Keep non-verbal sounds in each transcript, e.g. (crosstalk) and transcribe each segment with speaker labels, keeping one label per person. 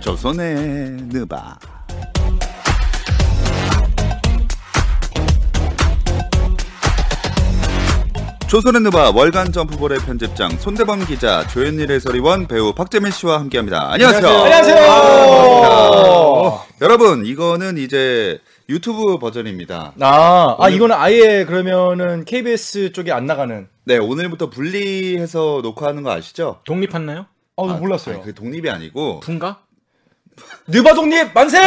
Speaker 1: 조선의 느바 조선의 느바 월간 점프볼의 편집장 손대범 기자 조현일 해설위원 배우 박재민 씨와 함께합니다. 안녕하세요.
Speaker 2: 안녕하세요.
Speaker 1: 반갑습니다. 여러분 이거는 이제 유튜브 버전입니다.
Speaker 2: 아, 아
Speaker 1: 오늘-
Speaker 2: 이거는 아예 그러면은 KBS 쪽에 안 나가는
Speaker 1: 네 오늘부터 분리해서 녹화하는 거 아시죠?
Speaker 3: 독립했나요?
Speaker 2: 아, 저
Speaker 1: 아,
Speaker 2: 몰랐어요.
Speaker 1: 아니, 그게 독립이 아니고
Speaker 3: 분가?
Speaker 2: 느바 독립 만세!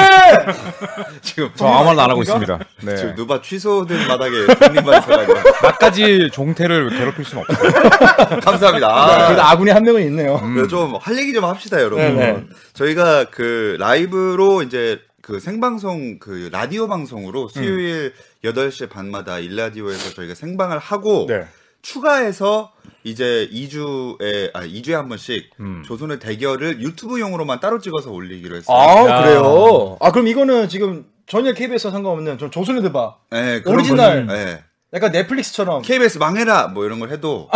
Speaker 1: 지금
Speaker 4: 저 어, 아무 말도 안 하고
Speaker 2: 그러니까?
Speaker 4: 있습니다.
Speaker 2: (laughs)
Speaker 1: 지금
Speaker 4: 네.
Speaker 1: 누바 취소된 바닥에 독립만 있어가지
Speaker 4: 나까지 종태를 괴롭힐 수는 없어요.
Speaker 1: (laughs) 감사합니다. 아,
Speaker 2: 그래도 아군이 한 명은 있네요.
Speaker 1: 좀할 얘기 좀 합시다, 여러분.
Speaker 2: 음. 네네.
Speaker 1: 저희가 그 라이브로 이제 그 생방송 그 라디오
Speaker 2: 음.
Speaker 1: 방송으로 수요일 8시 반마다 일라디오에서 저희가 생방을 하고
Speaker 4: 네.
Speaker 1: 추가해서 이제 2주에 아 2주에 한 번씩
Speaker 2: 음.
Speaker 1: 조선의 대결을 유튜브용으로만 따로 찍어서 올리기로 했어요.
Speaker 2: 아 그래요? 아 그럼 이거는 지금 전혀 KBS와 상관없는 좀 조선의 대바
Speaker 1: 네,
Speaker 2: 오리지널.
Speaker 1: 거는, 네.
Speaker 2: 약간 넷플릭스처럼
Speaker 1: KBS 망해라 뭐 이런 걸 해도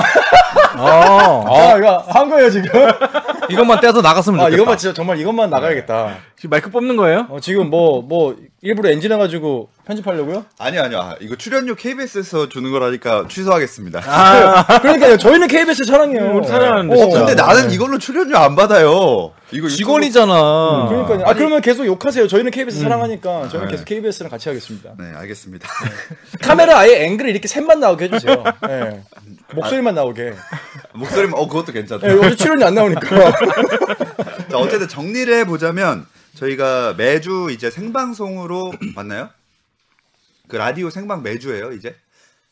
Speaker 2: 아 이거 한 거예요 지금? (laughs)
Speaker 4: 이것만 떼서 나갔으면
Speaker 2: 아
Speaker 4: 좋겠다.
Speaker 2: 이것만 진짜 정말 이것만 나가야겠다.
Speaker 3: 지금 마이크 뽑는 거예요?
Speaker 2: 어, 지금 뭐 뭐 일부러 엔진 해가지고 편집하려고요?
Speaker 1: 아니요 아니요 아, 이거 출연료 KBS에서 주는 거라니까 취소하겠습니다.
Speaker 2: 아, 그러니까요 저희는 KBS 사랑해요.
Speaker 3: 우리 음, 사랑하는데,
Speaker 2: 어,
Speaker 3: 진짜.
Speaker 1: 근데 나는 이걸로 출연료 안 받아요. 이거 유튜브-
Speaker 4: 직원이잖아.
Speaker 2: 그러니까요. 음. 네. 아 그러면 계속 욕하세요. 저희는 KBS 사랑하니까 저희는 계속 KBS랑 같이 하겠습니다.
Speaker 1: 네 알겠습니다. (laughs)
Speaker 2: 카메라 아예 앵글을 이렇게 셋만 나오게 (laughs) 해주세요. 예. 목소리만 나오게.
Speaker 1: 목소리만 어 그것도 괜찮다.
Speaker 2: 예, 요즘 출연이 안 나오니까.
Speaker 1: 자 어쨌든 정리를 해보자면 저희가 매주 이제 생방송으로 (clears throat) 맞나요? 그 라디오 생방 매주예요 이제.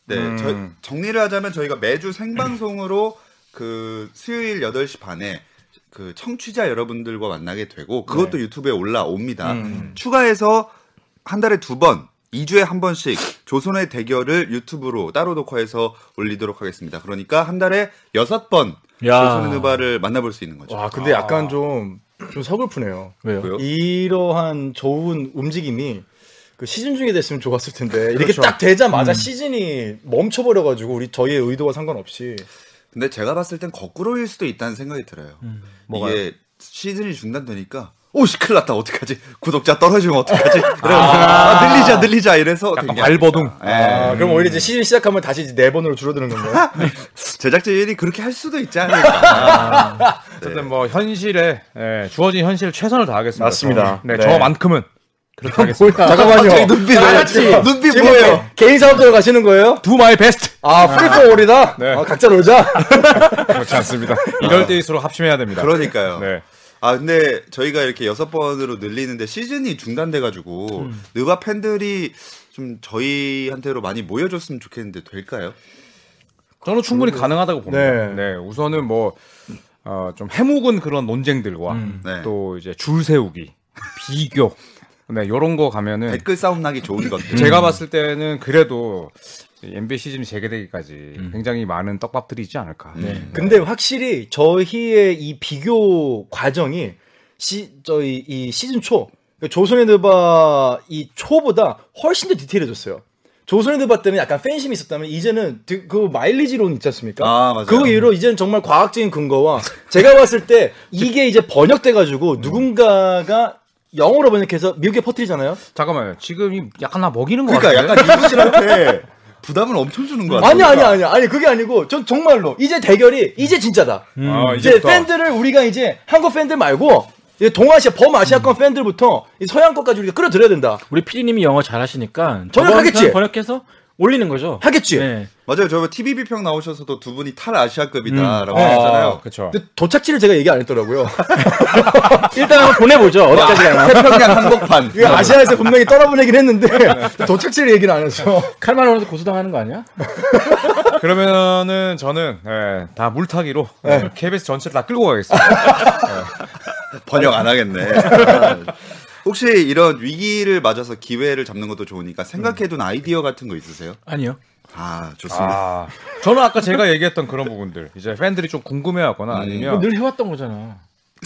Speaker 1: 네 저- 정리를 하자면 저희가 매주 생방송으로 (clears throat) 그 수요일 8시 반에 그 청취자 여러분들과 만나게 되고 그것도 유튜브에 올라옵니다. 추가해서 한 달에 두 번, 2주에 한 번씩 조선의 대결을 유튜브로 따로 녹화해서 올리도록 하겠습니다. 그러니까 한 달에 여섯 번
Speaker 3: 야.
Speaker 1: 조선의 누바를 만나볼 수 있는 거죠.
Speaker 2: (laughs) 와 근데 약간 좀, 좀 서글프네요.
Speaker 3: 왜요?
Speaker 1: 왜요?
Speaker 2: 아. 이러한 좋은 움직임이 그 시즌 중에 됐으면 좋았을 텐데 이렇게 딱 되자마자 시즌이 멈춰버려가지고 우리 저희의 의도와 상관없이
Speaker 1: 근데 제가 봤을 땐 거꾸로일 수도 있다는 생각이 들어요. 이게 시즌이 중단되니까 오 시클났다 어떡하지 구독자 떨어지면 어떡하지 그래 아~ 늘리자 늘리자 이래서
Speaker 4: 약간
Speaker 1: 되게-
Speaker 4: 발버둥.
Speaker 1: 예.
Speaker 2: 아, 그럼 오히려 이제 시즌 시작하면 다시 이제 네 번으로 줄어드는 (laughs) 건가요?
Speaker 1: 제작진이 그렇게 할 수도 있지 않을까
Speaker 4: 어쨌든 뭐 현실에 예, 주어진 현실 최선을 다하겠습니다.
Speaker 2: 맞습니다.
Speaker 4: 저, 네,
Speaker 2: 네.
Speaker 4: 저만큼은 그렇게 하겠습니다.
Speaker 2: 잠깐만요.
Speaker 1: 눈빛
Speaker 2: 다
Speaker 1: 뭐예요?
Speaker 2: 같이
Speaker 1: 눈빛
Speaker 2: 지금
Speaker 1: 뭐예요?
Speaker 2: 개- 개인 사업자로 가시는 거예요?
Speaker 4: Do my best.
Speaker 2: (laughs) 아, 프리포 올이다?
Speaker 4: 네.
Speaker 2: 아, 각자 놀자? 뭐,
Speaker 4: 그렇지 않습니다.
Speaker 2: 아.
Speaker 4: 이럴 때일수록 합심해야 됩니다.
Speaker 2: 그렇죠.
Speaker 1: 그러니까요.
Speaker 4: 네.
Speaker 1: 아 근데 저희가 이렇게 여섯 번으로 늘리는데 시즌이 중단돼가지고 느바 팬들이 좀 저희한테로 많이 모여줬으면 좋겠는데 될까요?
Speaker 4: 저는 충분히 가능하다고 봅니다.
Speaker 2: 네.
Speaker 4: 네. 우선은 뭐, 어, 좀 해묵은 그런 논쟁들과
Speaker 1: 네.
Speaker 4: 또 이제 줄 세우기, 비교, 네, 요런 거 가면은
Speaker 1: 댓글 싸움 나기 좋은 것들.
Speaker 4: 제가 봤을 때는 그래도 MBC 시즌이 재개되기까지 굉장히 많은 떡밥들이 있지 않을까.
Speaker 2: 근데 확실히 저희의 이 비교 과정이 시, 저희 이 시즌 초, 그러니까 조선의 드바 이 초보다 훨씬 더 디테일해졌어요. 조선의 드바 때는 약간 팬심이 있었다면 이제는 드- 그 마일리지론 있지 않습니까?
Speaker 1: 아, 맞아요.
Speaker 2: 그 이후로 이제는 정말 과학적인 근거와 제가 봤을 때 이게 이제 번역돼가지고 누군가가 영어로 번역해서 미국에 퍼뜨리잖아요?
Speaker 4: 잠깐만요. 지금 이 약간 나 먹이는 거
Speaker 1: 그러니까
Speaker 4: 같은데.
Speaker 1: 약간 이분들한테 부담을 엄청 주는 거 같아요.
Speaker 2: 아니 아니 아니 아니 그게 아니고 전 정말로 이제 대결이 이제 진짜다.
Speaker 4: 아,
Speaker 2: 이제
Speaker 4: 이제부터.
Speaker 2: 팬들을 우리가 이제 한국 팬들 말고 이제 동아시아 범아시아권 팬들부터 이 서양권까지 우리가 끌어들여야 된다.
Speaker 3: 우리 피디님이 영어 잘하시니까
Speaker 2: 번역하겠지?
Speaker 3: 저번 편 번역해서 올리는 거죠.
Speaker 2: 하겠지.
Speaker 3: 네.
Speaker 1: 맞아요. 저번 TVB 평 나오셔서도 두 분이 탈
Speaker 2: 음. 어.
Speaker 1: 아시아급이다라고
Speaker 4: 아,
Speaker 1: 하셨잖아요.
Speaker 4: 그쵸.
Speaker 2: 근데 도착지를 제가 얘기 안 했더라고요.
Speaker 3: 일단 한번 보내보죠. 어디까지 가나.
Speaker 1: 태평양 한복판.
Speaker 2: 이거 아시아에서 분명히 떠나보내긴 했는데 도착지를 얘기를 안 해서
Speaker 3: 칼만 오면서 고소당하는 거 아니야?
Speaker 4: (laughs) 그러면은 저는 예, 다 물타기로 KBS 전체를 다 끌고 가겠습니다.
Speaker 1: 번역 안
Speaker 2: (laughs)
Speaker 1: 하겠네. 아, 혹시 이런 위기를 맞아서 기회를 잡는 것도 좋으니까
Speaker 2: 음.
Speaker 1: 생각해둔 아이디어 같은 거 있으세요?
Speaker 3: 아니요.
Speaker 1: 아 좋습니다.
Speaker 4: 아, 저는 아까 제가 얘기했던 그런 부분들 이제 팬들이 좀 궁금해하거나 아니면
Speaker 3: 늘 해왔던 거잖아.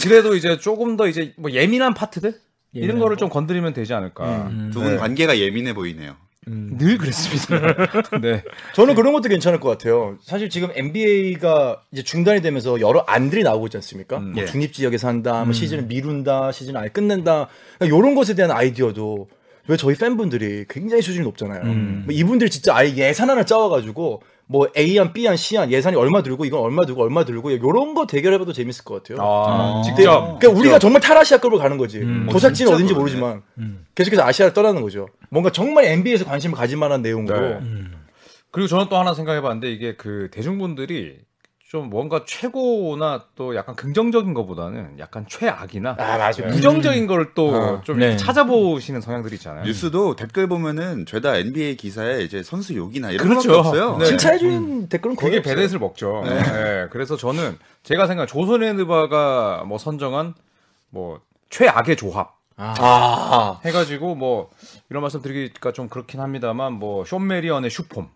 Speaker 4: 그래도 이제 조금 더 이제 뭐 예민한 파트들
Speaker 3: 예민한 음,
Speaker 2: 음,
Speaker 4: 이런 거를 좀 건드리면 되지 않을까.
Speaker 2: 네.
Speaker 1: 두 분 관계가 예민해 보이네요.
Speaker 3: 늘 그랬습니다.
Speaker 4: (laughs) 네.
Speaker 2: 저는 그런 것도 괜찮을 것 같아요. 사실 지금 NBA가 이제 중단이 되면서 여러 안들이 나오고 있지 않습니까? 뭐
Speaker 1: 예.
Speaker 2: 중립 지역에서 한다, 뭐 시즌을 미룬다, 시즌을 아예 끝낸다. 이런 것에 대한 아이디어도 왜 저희 팬분들이 굉장히 수준이 높잖아요. 뭐 이분들 진짜 아예 예산 하나 짜와가지고 뭐 A안, B안, C안 예산이 얼마 들고 이건 얼마 들고 얼마 들고 이런 거 대결해봐도 재밌을 것 같아요.
Speaker 4: 아,
Speaker 3: 아.
Speaker 4: 직접.
Speaker 2: 그러니까 우리가 정말 탈아시아급으로 가는 거지. 뭐 도착지는
Speaker 1: 진짜
Speaker 2: 어딘지
Speaker 1: 그러네.
Speaker 2: 모르지만 계속해서 아시아를 떠나는 거죠. 뭔가 정말 NBA에서 관심을 가질 만한
Speaker 4: 네.
Speaker 2: 내용으로.
Speaker 3: 음.
Speaker 4: 그리고 저는 또 하나 생각해봤는데 이게 그 대중분들이 좀 뭔가 최고나 또 약간 긍정적인 것보다는 약간 최악이나
Speaker 2: 아 맞아요.
Speaker 4: 부정적인 걸 또
Speaker 2: 어.
Speaker 4: 좀
Speaker 3: 네.
Speaker 4: 찾아보시는 성향들이
Speaker 2: 음.
Speaker 4: 있잖아요.
Speaker 1: 아. 뉴스도 댓글 보면은 죄다 NBA 기사에 이제 선수 욕이나 이런
Speaker 4: 그렇죠.
Speaker 1: 것밖에 없어요.
Speaker 4: 네.
Speaker 2: 칭찬해 주는 댓글은 거의
Speaker 4: 그게
Speaker 2: 없어요.
Speaker 4: 배댓을 먹죠. 네. 그래서 저는 제가 생각한 조선의 느바가 뭐 선정한 뭐 최악의 조합
Speaker 2: 아,
Speaker 4: 해가지고 뭐 이런 말씀 드리기가 좀 그렇긴 합니다만 뭐 쇼메리언의 슈폼,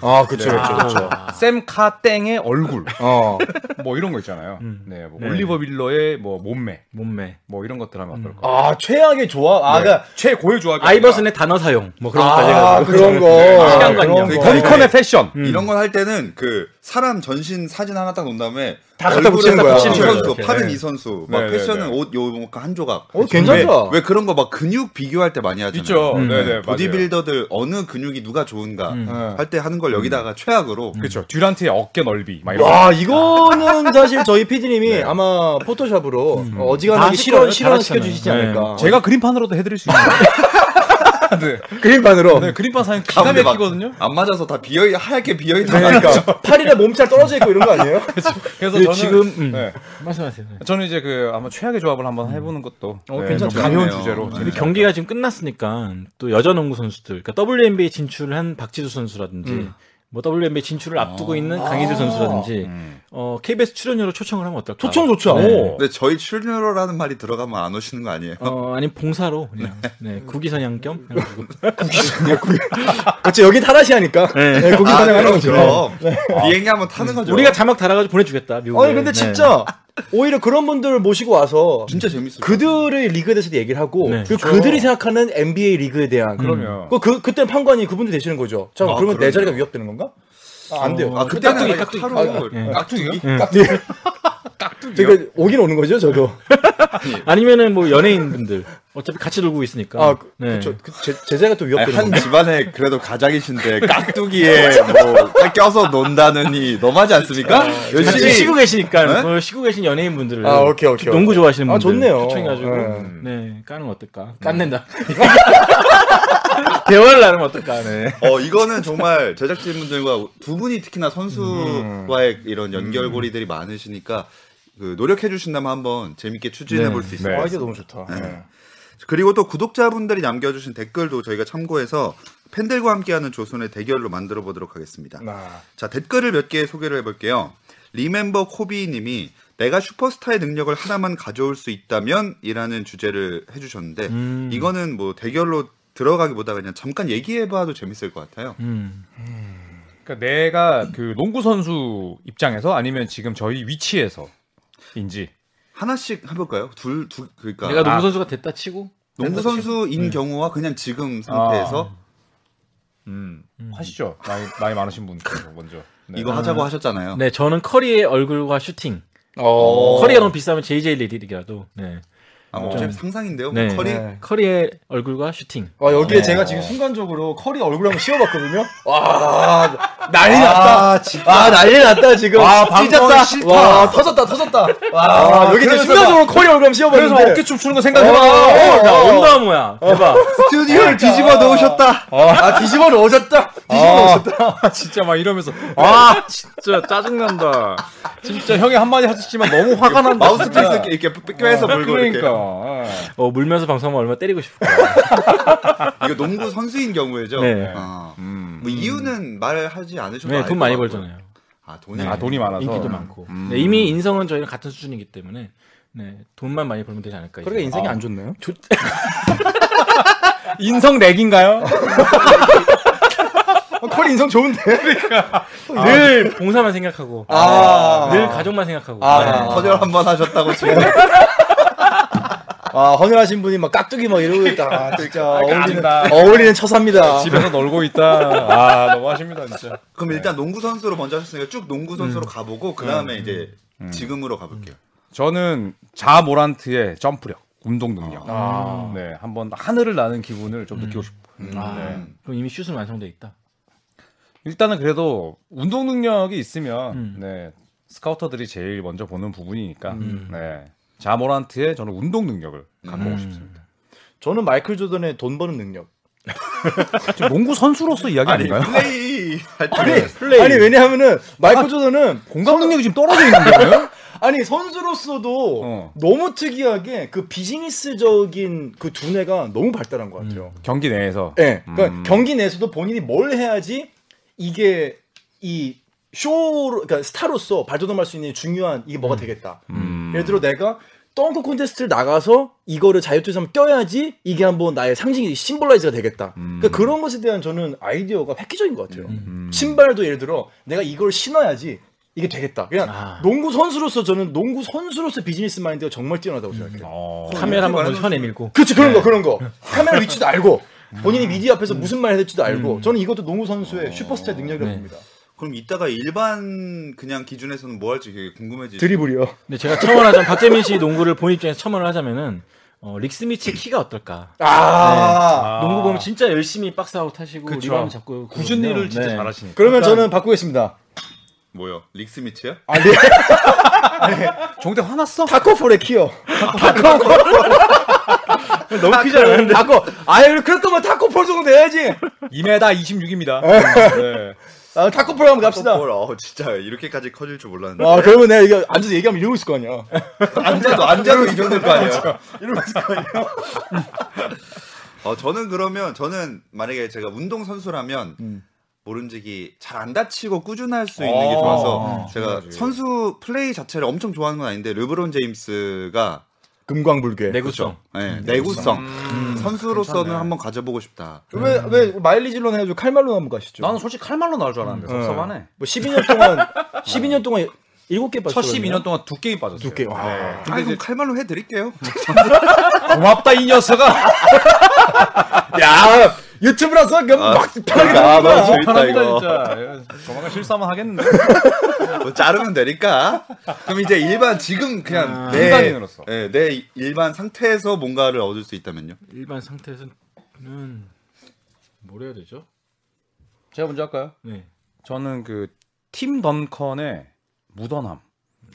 Speaker 2: 아
Speaker 1: 네.
Speaker 2: 그렇죠, 그렇죠, 그렇죠.
Speaker 4: 샘 카땡의 얼굴,
Speaker 2: 어,
Speaker 4: (laughs) 뭐 이런 거 있잖아요.
Speaker 3: 음.
Speaker 4: 네, 뭐
Speaker 3: 네.
Speaker 4: 올리버 빌러의 뭐 몸매,
Speaker 3: 몸매.
Speaker 4: 뭐 이런 것들 하면 어떨까?
Speaker 2: 아 최악의 조합, 아, 그러니까
Speaker 4: 최고의 조합이
Speaker 3: 아이버슨의 단어 사용. 뭐 그런 것까지
Speaker 2: 아,
Speaker 3: 해가지고.
Speaker 2: 그런 거,
Speaker 3: 시간
Speaker 2: 그런 거.
Speaker 3: 관념.
Speaker 2: 네.
Speaker 4: 덩컨의 그러니까 패션.
Speaker 2: 음.
Speaker 1: 이런 건 할 때는 그 사람 전신 사진 하나 딱 놓는다음에
Speaker 2: 다 갖다 붙이는 거야. 그렇죠.
Speaker 1: 이 선수,
Speaker 4: 이렇게.
Speaker 1: 팔은
Speaker 4: 네.
Speaker 1: 이 선수, 막
Speaker 4: 네, 네,
Speaker 1: 패션은
Speaker 4: 네.
Speaker 1: 옷 요뭐 한 조각.
Speaker 2: 어, 괜찮다.
Speaker 1: 왜, 왜 그런 거 막 근육 비교할 때 많이 하잖아요. 음.
Speaker 4: 있죠. 네, 네, 맞아요.
Speaker 1: 보디빌더들 어느 근육이 누가 좋은가 음. 할 때 하는 걸 여기다가 최악으로
Speaker 4: 그렇죠. 듀란트의 어깨 넓이, 막 이런.
Speaker 2: 와 이거는 사실 저희 PD님이 아마 포토샵으로 어,
Speaker 3: 다
Speaker 2: 어지간하게
Speaker 3: 하실
Speaker 2: 실현
Speaker 3: 거예요?
Speaker 2: 실현
Speaker 3: 다
Speaker 2: 시켜 주시지
Speaker 4: 네.
Speaker 3: 하시잖아요.
Speaker 2: 않을까.
Speaker 4: 제가 그림판으로도 해드릴 수 있는. 네.
Speaker 2: 그림판으로
Speaker 4: 네, 그림판 사연 기가
Speaker 1: 가운데 막
Speaker 4: 막히거든요.
Speaker 1: 안 맞아서 다 비어 하얗게 비어 있다니까.
Speaker 2: 그러니까 팔이나 몸살 떨어져 있고 이런 거 아니에요?
Speaker 4: 그래서 저는
Speaker 3: 그리고 지금, 음.
Speaker 4: 네.
Speaker 3: 말씀하세요. 네.
Speaker 4: 저는 이제 그 아마 최악의 조합을 한번 해보는 것도
Speaker 2: 어,
Speaker 4: 네,
Speaker 2: 괜찮죠.
Speaker 4: 좀 가벼운
Speaker 1: 좋네요.
Speaker 4: 주제로.
Speaker 1: 네.
Speaker 4: 재밌-
Speaker 3: 근데 경기가 지금 끝났으니까 또 여자 농구 선수들, 그러니까 WNBA 진출을 한 박지수 선수라든지 뭐 WNBA 진출을 앞두고 있는 강희슬 선수라든지 어, KBS 출연료로 초청을 하면 어떨까?
Speaker 2: 초청 좋죠.
Speaker 3: 네.
Speaker 1: 근데 저희 출연료라는 말이 들어가면 안 오시는 거 아니에요?
Speaker 3: 어, 아니 봉사로 그냥 네, 국기선양 (laughs) 겸 해가지고.
Speaker 2: 그렇지 여기 타라시하니까. 네. 거기
Speaker 1: 아,
Speaker 2: 사냥하는
Speaker 1: 그럼,
Speaker 2: 거죠.
Speaker 1: 그럼. 비행기 한번 타는 거죠.
Speaker 3: 우리가 자막 달아가지고 보내주겠다
Speaker 2: 네.
Speaker 3: 미국에. 네.
Speaker 2: 아니 근데 진짜 오히려 그런 분들 모시고 와서
Speaker 1: 진짜 재밌어요.
Speaker 2: 그들의 리그에 대해서 얘기를 하고
Speaker 3: 네.
Speaker 2: 그리고 그들이 생각하는 NBA 리그에 대한
Speaker 4: 그럼요.
Speaker 2: 그, 그 그때 판관이 그분들 되시는 거죠. 자,
Speaker 1: 아,
Speaker 2: 그러면
Speaker 1: 그럼요.
Speaker 2: 내 자리가 위협되는 건가? 아, 안 돼요.
Speaker 1: 아 그때는
Speaker 3: 깍두기,
Speaker 1: 아예
Speaker 3: 깍두기.
Speaker 1: 하루
Speaker 3: 예.
Speaker 1: 깍두기.
Speaker 2: 그러니까 오긴 오는 거죠, 저도.
Speaker 3: 네. 아니면은 뭐 연예인분들 어차피 같이 놀고 있으니까.
Speaker 2: 아, 그,
Speaker 3: 네.
Speaker 2: 그쵸. 그 제, 제자가 또
Speaker 1: 아니,
Speaker 2: 위협되는
Speaker 1: 한
Speaker 2: 건가?
Speaker 1: 집안에 그래도 가장이신데 깍두기에 뭐 껴서 논다느니 너무하지 않습니까?
Speaker 3: 같이
Speaker 1: 열심히
Speaker 3: 쉬고 계시니까
Speaker 1: 네?
Speaker 3: 뭐 쉬고 계신 연예인분들을
Speaker 2: 아, 오케이, 오케이,
Speaker 3: 농구
Speaker 2: 오케이.
Speaker 3: 좋아하시는
Speaker 2: 아,
Speaker 3: 분들
Speaker 2: 좋네요.
Speaker 3: 초청해가지고
Speaker 2: 음.
Speaker 3: 네 까는 (laughs) 거 어떨까 깐낸다 대화를 나누면 어떨까 네.
Speaker 1: 어 이거는 정말 제작진 분들과 두 분이 특히나
Speaker 4: 음.
Speaker 1: 선수와의 이런 연결고리들이 많으시니까 그 노력해 주신다면 한번 재밌게 추진해 볼 수 있을
Speaker 4: 네.
Speaker 1: 것
Speaker 2: 아,
Speaker 1: 같아요.
Speaker 2: 이게 너무 좋다. 네.
Speaker 1: 그리고 또 구독자분들이 남겨주신 댓글도 저희가 참고해서 팬들과 함께하는 조선의 대결로 만들어 보도록 하겠습니다.
Speaker 4: 네.
Speaker 2: 나.
Speaker 1: 자 댓글을 몇 개 소개를 해볼게요. 리멤버 코비님이 내가 슈퍼스타의 능력을 하나만 가져올 수 있다면이라는 주제를 해주셨는데
Speaker 4: 음.
Speaker 1: 이거는 뭐 대결로 들어가기보다 그냥 잠깐 얘기해봐도 재밌을 것 같아요.
Speaker 3: 음.
Speaker 4: 그러니까 내가 그 농구 선수 입장에서 아니면 지금 저희 위치에서인지.
Speaker 1: 하나씩 해볼까요? 둘, 두 그러니까
Speaker 3: 내가
Speaker 1: 아,
Speaker 3: 농구 선수가 됐다 치고
Speaker 1: 농구 선수인 경우와 그냥 지금 상태에서
Speaker 4: 음. 하시죠. 나이 나이 많으신 분 먼저. 네.
Speaker 1: 이거 하자고 하셨잖아요.
Speaker 3: 네 저는 커리의 얼굴과 슈팅
Speaker 2: 어.
Speaker 3: 커리가 너무 비싸면 JJ 레디라도 네.
Speaker 1: 아, 뭐
Speaker 3: 좀-
Speaker 1: 어차피 상상인데요.
Speaker 3: 네.
Speaker 1: 커리
Speaker 2: 네.
Speaker 3: 커리의 얼굴과 슈팅
Speaker 2: 아, 여기에 제가 지금 순간적으로 커리 얼굴 한번 씌워봤거든요. 와, 난리 났다. 아, 난리 났다, 지금. 어, 아,
Speaker 4: 아, 방송이 싫다.
Speaker 2: 와, 터졌다, 터졌다. 와, 여기 지금
Speaker 4: 그래서
Speaker 2: 순간적으로 커리 얼굴 한번
Speaker 4: 그래서
Speaker 2: 씌워봤는데. 어.
Speaker 4: 어깨춤 추는 거 생각해봐.
Speaker 3: 야 어, 온다모야 대박
Speaker 1: (laughs) 스튜디오를 뒤집어 놓으셨다.
Speaker 2: 아, 뒤집어 놓으셨다. 뒤집어 놓으셨다.
Speaker 4: 아, (laughs) 진짜 막 이러면서 아 진짜 짜증난다. 진짜 형이 한마디 하시지만 너무 화가
Speaker 1: (laughs)
Speaker 4: 난다. 아,
Speaker 1: 마우스피스 이렇게- 이렇게 껴해서 물고 이렇게.
Speaker 4: 그러니까.
Speaker 3: 어, 물면서 방송하면 얼마나 때리고 싶을까
Speaker 1: 이거 농구 선수인 경우에죠.
Speaker 3: 네.
Speaker 1: 아,
Speaker 4: 음.
Speaker 1: 뭐 이유는 말하지 않으셔도
Speaker 3: 네,
Speaker 1: 알것
Speaker 3: 돈 많이
Speaker 1: 같고요.
Speaker 3: 벌잖아요
Speaker 1: 아 돈이
Speaker 4: 아 돈이 많아서 음.
Speaker 3: 인기도 많고 네, 이미 인성은 저희랑 같은 수준이기 때문에 네, 돈만 많이 벌면 되지 않을까
Speaker 2: 그러니까
Speaker 3: 이제.
Speaker 2: 인생이 안 좋네요.
Speaker 3: 좋-
Speaker 4: 인성 (laughs) 렉인가요?
Speaker 2: 아, 커리 인성 좋은데.
Speaker 3: 아, 늘 봉사만 생각하고
Speaker 2: 아.
Speaker 3: 늘 가족만 생각하고
Speaker 2: 아.
Speaker 3: 네.
Speaker 1: 아, 서열 한번 하셨다고 지금
Speaker 2: 아, 헌혈하신 분이 막 깍두기 막 이러고 있다. 아, 진짜 어울리는,
Speaker 4: 아닙니다.
Speaker 2: 어울리는 처사입니다.
Speaker 4: 아, 집에서 놀고 있다. 아 너무하십니다 진짜.
Speaker 1: 그럼 일단 농구 선수로 먼저 하셨으니까 쭉 농구 선수로 가보고 그 다음에 이제 지금으로 가볼게요.
Speaker 4: 저는 자 모란트의 점프력, 운동 능력.
Speaker 2: 아.
Speaker 4: 네, 한번 하늘을 나는 기분을 좀 느끼고 싶어요.
Speaker 3: 음. 아,
Speaker 1: 음.
Speaker 4: 네.
Speaker 3: 그럼 이미 슛은 완성돼 있다.
Speaker 4: 일단은 그래도 운동 능력이 있으면
Speaker 3: 음.
Speaker 4: 네, 스카우터들이 제일 먼저 보는 부분이니까 네, 자 모란트의 저는 운동 능력을 갖고
Speaker 1: 음.
Speaker 3: 음.
Speaker 4: 오고 싶습니다.
Speaker 2: 저는 마이클 조던의 돈 버는 능력.
Speaker 4: 지금 농구 선수로서 이야기 아닌가요?
Speaker 1: 플레이 할 때.
Speaker 2: 플레이. 어, 아. 아니, 왜냐하면은 마이클 조던은
Speaker 4: 공감 능력이 지금 떨어져 있는데요?
Speaker 2: 아니 선수로서도
Speaker 4: 어.
Speaker 2: 너무 특이하게 그 비즈니스적인 그 두뇌가 너무 발달한 것 같아요.
Speaker 4: 경기 내에서
Speaker 2: 예. 그러니까
Speaker 4: 음.
Speaker 2: 경기 내에서도 본인이 뭘 해야지 이게 이 쇼로 그러니까 스타로서 발돋움할 수 있는 중요한 이게 뭐가 되겠다.
Speaker 4: 음.
Speaker 2: 예를 들어 내가 덩크 콘테스트를 나가서 이거를 자유투에서 한번 껴야지 이게 한번 나의 상징이 심볼라이즈가 되겠다.
Speaker 4: 음.
Speaker 2: 그러니까 그런 것에 대한 저는 아이디어가 획기적인 것 같아요. 신발도 예를 들어 내가 이걸 신어야지 이게 되겠다. 그냥
Speaker 3: 아.
Speaker 2: 농구 선수로서 저는 농구 선수로서 비즈니스 마인드가 정말 뛰어나다고 생각해요.
Speaker 4: 어,
Speaker 3: 카메라만
Speaker 1: 이렇게
Speaker 3: 먼저 내밀고.
Speaker 2: 그렇죠. 그렇지 그런 거 그런 거 카메라 위치도 알고 본인이 미디어 앞에서 무슨 말 해야 될지도 알고 저는 이것도 농구 선수의 슈퍼스타의 능력이라고
Speaker 3: 네.
Speaker 2: 봅니다.
Speaker 1: 그럼 이따가 일반 그냥 기준에서는 뭐 할지 되게 궁금해지.
Speaker 2: 드리블이요.
Speaker 3: 근데 네, 제가 첨언하자면 박재민 씨 농구를 본 입장에서 첨언을 하자면은 어, 릭스미치의 키가 어떨까?
Speaker 2: 아
Speaker 3: 농구 보면 진짜 열심히 박스아웃 하시고
Speaker 4: 그쵸.
Speaker 3: 리바운드 잡고
Speaker 4: 꾸준
Speaker 3: 그러거든요.
Speaker 4: 일을 진짜
Speaker 3: 네.
Speaker 4: 잘하시니까.
Speaker 2: 그러면 저는 바꾸겠습니다.
Speaker 1: 뭐요? 릭스미치요?
Speaker 2: 아 네.
Speaker 4: 종대 화났어?
Speaker 2: 타코폴의 키요. (laughs) 타코폴. 너무 크지 않은데. 타코. 아유, 그럴 거면 타코폴 정도 돼야지.
Speaker 4: 2m 26입니다. 네.
Speaker 2: 아, 타코폴 한번 갑시다.
Speaker 1: 뭘, 어, 진짜 이렇게까지 커질 줄 몰랐는데.
Speaker 2: 아, 그러면 내가 이거 앉아서 얘기하면 이러고 있을 거 아니야.
Speaker 1: (laughs) 앉아도 앉아도 이 정도일 거 아니에요? 이러고 있을 거 아니에요? (laughs) 어, 저는 그러면 저는 만약에 제가 운동 선수라면 모름지기 잘 안 다치고 꾸준할 수 있는 게
Speaker 4: 아,
Speaker 1: 좋아서 제가
Speaker 4: 중요하지.
Speaker 1: 선수 플레이 자체를 엄청 좋아하는 건 아닌데 르브론 제임스가
Speaker 2: 금광불괴.
Speaker 3: 내구성.
Speaker 1: 네, 내구성 음, 선수로서는 한번 가져보고 싶다.
Speaker 2: 왜, 왜 마일리질로 해가지고 칼말로 한번 가시죠.
Speaker 4: 나는 솔직히 칼말로 나올 줄 알았는데
Speaker 2: 네.
Speaker 4: 섭섭하네.
Speaker 2: 뭐 12년 동안, 12년 동안 7개
Speaker 4: 첫
Speaker 2: 빠졌어.
Speaker 4: 12년 동안 두 게임 빠졌어요.
Speaker 2: 두께. 와.
Speaker 1: 아, 그럼 칼말로 해드릴게요.
Speaker 4: 고맙다 이 녀석아.
Speaker 2: (laughs) 야! 유튜브라서 그냥 막 편하게
Speaker 1: 아, 너무
Speaker 2: 나와.
Speaker 1: 재밌다 이거.
Speaker 4: 진짜. 아, 조만간 실수하면 하겠는데.
Speaker 1: 뭐 자르면 되니까. 그럼 이제 일반 지금 그냥 내
Speaker 4: 일반인으로서.
Speaker 1: 예, 내 일반 상태에서 뭔가를 얻을 수 있다면요.
Speaker 3: 일반 상태에서는 뭘 해야 되죠?
Speaker 4: 제가 먼저 할까요?
Speaker 3: 네.
Speaker 4: 저는 그 팀 던컨의 무던함.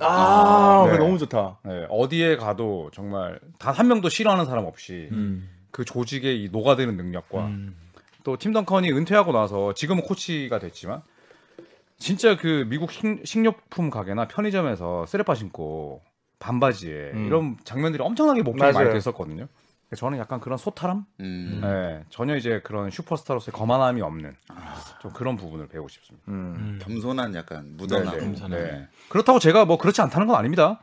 Speaker 2: 아,
Speaker 4: 네.
Speaker 2: 그거 너무 좋다.
Speaker 4: 네, 어디에 가도 정말 단 한 명도 싫어하는 사람 없이
Speaker 3: 음.
Speaker 4: 그 조직에 이 녹아드는 능력과
Speaker 3: 음.
Speaker 4: 또 팀 던컨이 은퇴하고 나서 지금은 코치가 됐지만 진짜 그 미국 식, 식료품 가게나 편의점에서 쓰레빠 신고 반바지에
Speaker 2: 음.
Speaker 4: 이런 장면들이 엄청나게 목표가 많이
Speaker 2: 맞아요.
Speaker 4: 됐었거든요. 그러니까 저는 약간 그런 소탈함,
Speaker 1: 음.
Speaker 4: 네, 전혀 이제 그런 슈퍼스타로서의 거만함이 없는 좀 그런 부분을 배우고 싶습니다.
Speaker 3: 음.
Speaker 1: 겸손한 약간
Speaker 4: 네,
Speaker 1: 무던함.
Speaker 4: 네.
Speaker 3: 겸손함.
Speaker 4: 네. 그렇다고 제가 뭐 그렇지 않다는 건 아닙니다.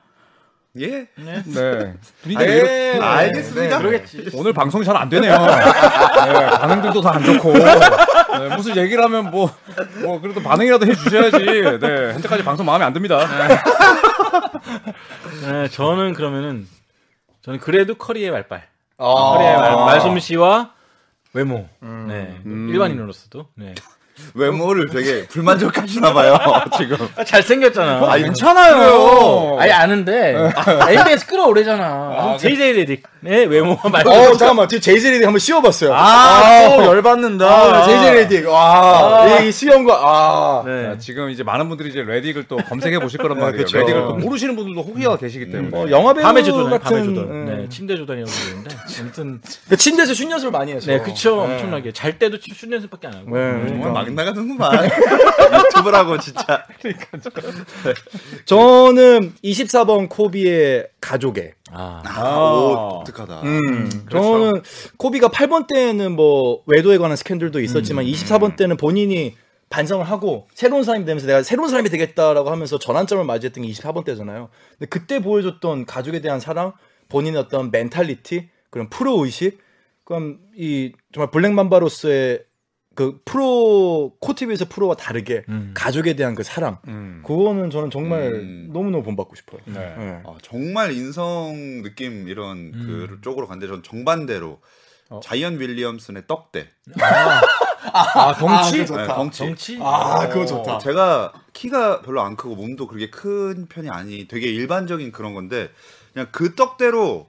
Speaker 1: 예.
Speaker 4: (laughs) 네. 분위기가
Speaker 1: 예.
Speaker 4: 이렇-
Speaker 2: 네,
Speaker 1: 알겠습니다.
Speaker 4: 오늘 방송이 잘 안 되네요. 네, 반응들도 다 안 좋고. 네, 무슨 얘기를 하면 뭐, 뭐, 그래도 반응이라도 해주셔야지. 네, 현재까지 방송 마음에 안 듭니다.
Speaker 3: 네, 저는 그러면은 저는 그래도 커리의 말빨.
Speaker 2: 아,
Speaker 3: 커리의 말, 말솜씨와 외모. 네. 일반인으로서도. 네.
Speaker 1: 외모를 되게 어? (laughs) 불만족하시나 봐요, 지금.
Speaker 3: 잘생겼잖아.
Speaker 1: 아,
Speaker 4: 괜찮아요.
Speaker 3: 아니 아는데 NBA에서 끌어오래잖아. JJ 레딕의 외모와 말고
Speaker 2: 어, 잠깐만. 지금 제이제 레딕 한번 씌워봤어요.
Speaker 4: 아, 또 열받는다.
Speaker 2: 아, 제이제 레딕. 와, 이 수염과, 아.
Speaker 4: 자,
Speaker 3: 네.
Speaker 4: 지금 이제 많은 분들이 이제 레딕을 또 검색해 보실 거란 말이에요.
Speaker 2: 그쵸.
Speaker 4: 레딕을 또 모르시는 분들도 혹여가 계시기 때문에.
Speaker 2: 어, 영화 배우
Speaker 3: 밤의 조던,
Speaker 2: 같은
Speaker 3: 밤의 조던.
Speaker 2: 음.
Speaker 3: 네, 침대 조던이라고 부르는데 아무튼
Speaker 2: 그 침대에서 슛 연습을 많이 해서. 네.
Speaker 3: 네, 그쵸 엄청나게 잘 때도 슛 연습밖에 안 하고.
Speaker 1: 정말
Speaker 2: 그러니까
Speaker 1: 막 나가는구만. (laughs) 유튜브라고 진짜.
Speaker 2: 저는 24번 코비의 가족의.
Speaker 3: 아,
Speaker 1: 아, 음. 오, 독특하다.
Speaker 2: 음, 저는 코비가 8번 때는 뭐 외도에 관한 스캔들도 있었지만 24번 때는 본인이 반성을 하고 새로운 사람이 되면서 내가 새로운 사람이 되겠다라고 하면서 전환점을 맞이했던 게 24번 때잖아요. 근데 그때 보여줬던 가족에 대한 사랑, 본인의 어떤 멘탈리티, 그런 프로 의식, 그럼 이 정말 블랙맘바로서의 그 프로 코티비에서 프로와 다르게
Speaker 3: 음.
Speaker 2: 가족에 대한 그 사랑
Speaker 4: 음.
Speaker 2: 그거는 저는 정말
Speaker 1: 음.
Speaker 2: 너무너무 본받고 싶어요.
Speaker 4: 네.
Speaker 2: 네.
Speaker 1: 아, 정말 인성 느낌 이런 그 쪽으로 간데 전 정반대로 자이언 윌리엄슨의 떡대
Speaker 4: 아 덩치?
Speaker 2: 아,
Speaker 1: 네, 덩치.
Speaker 3: 정치?
Speaker 2: 아, 그거
Speaker 1: 어, 제가 키가 별로 안 크고 몸도 그렇게 큰 편이 아니 되게 일반적인 그런 건데 그냥 그 떡대로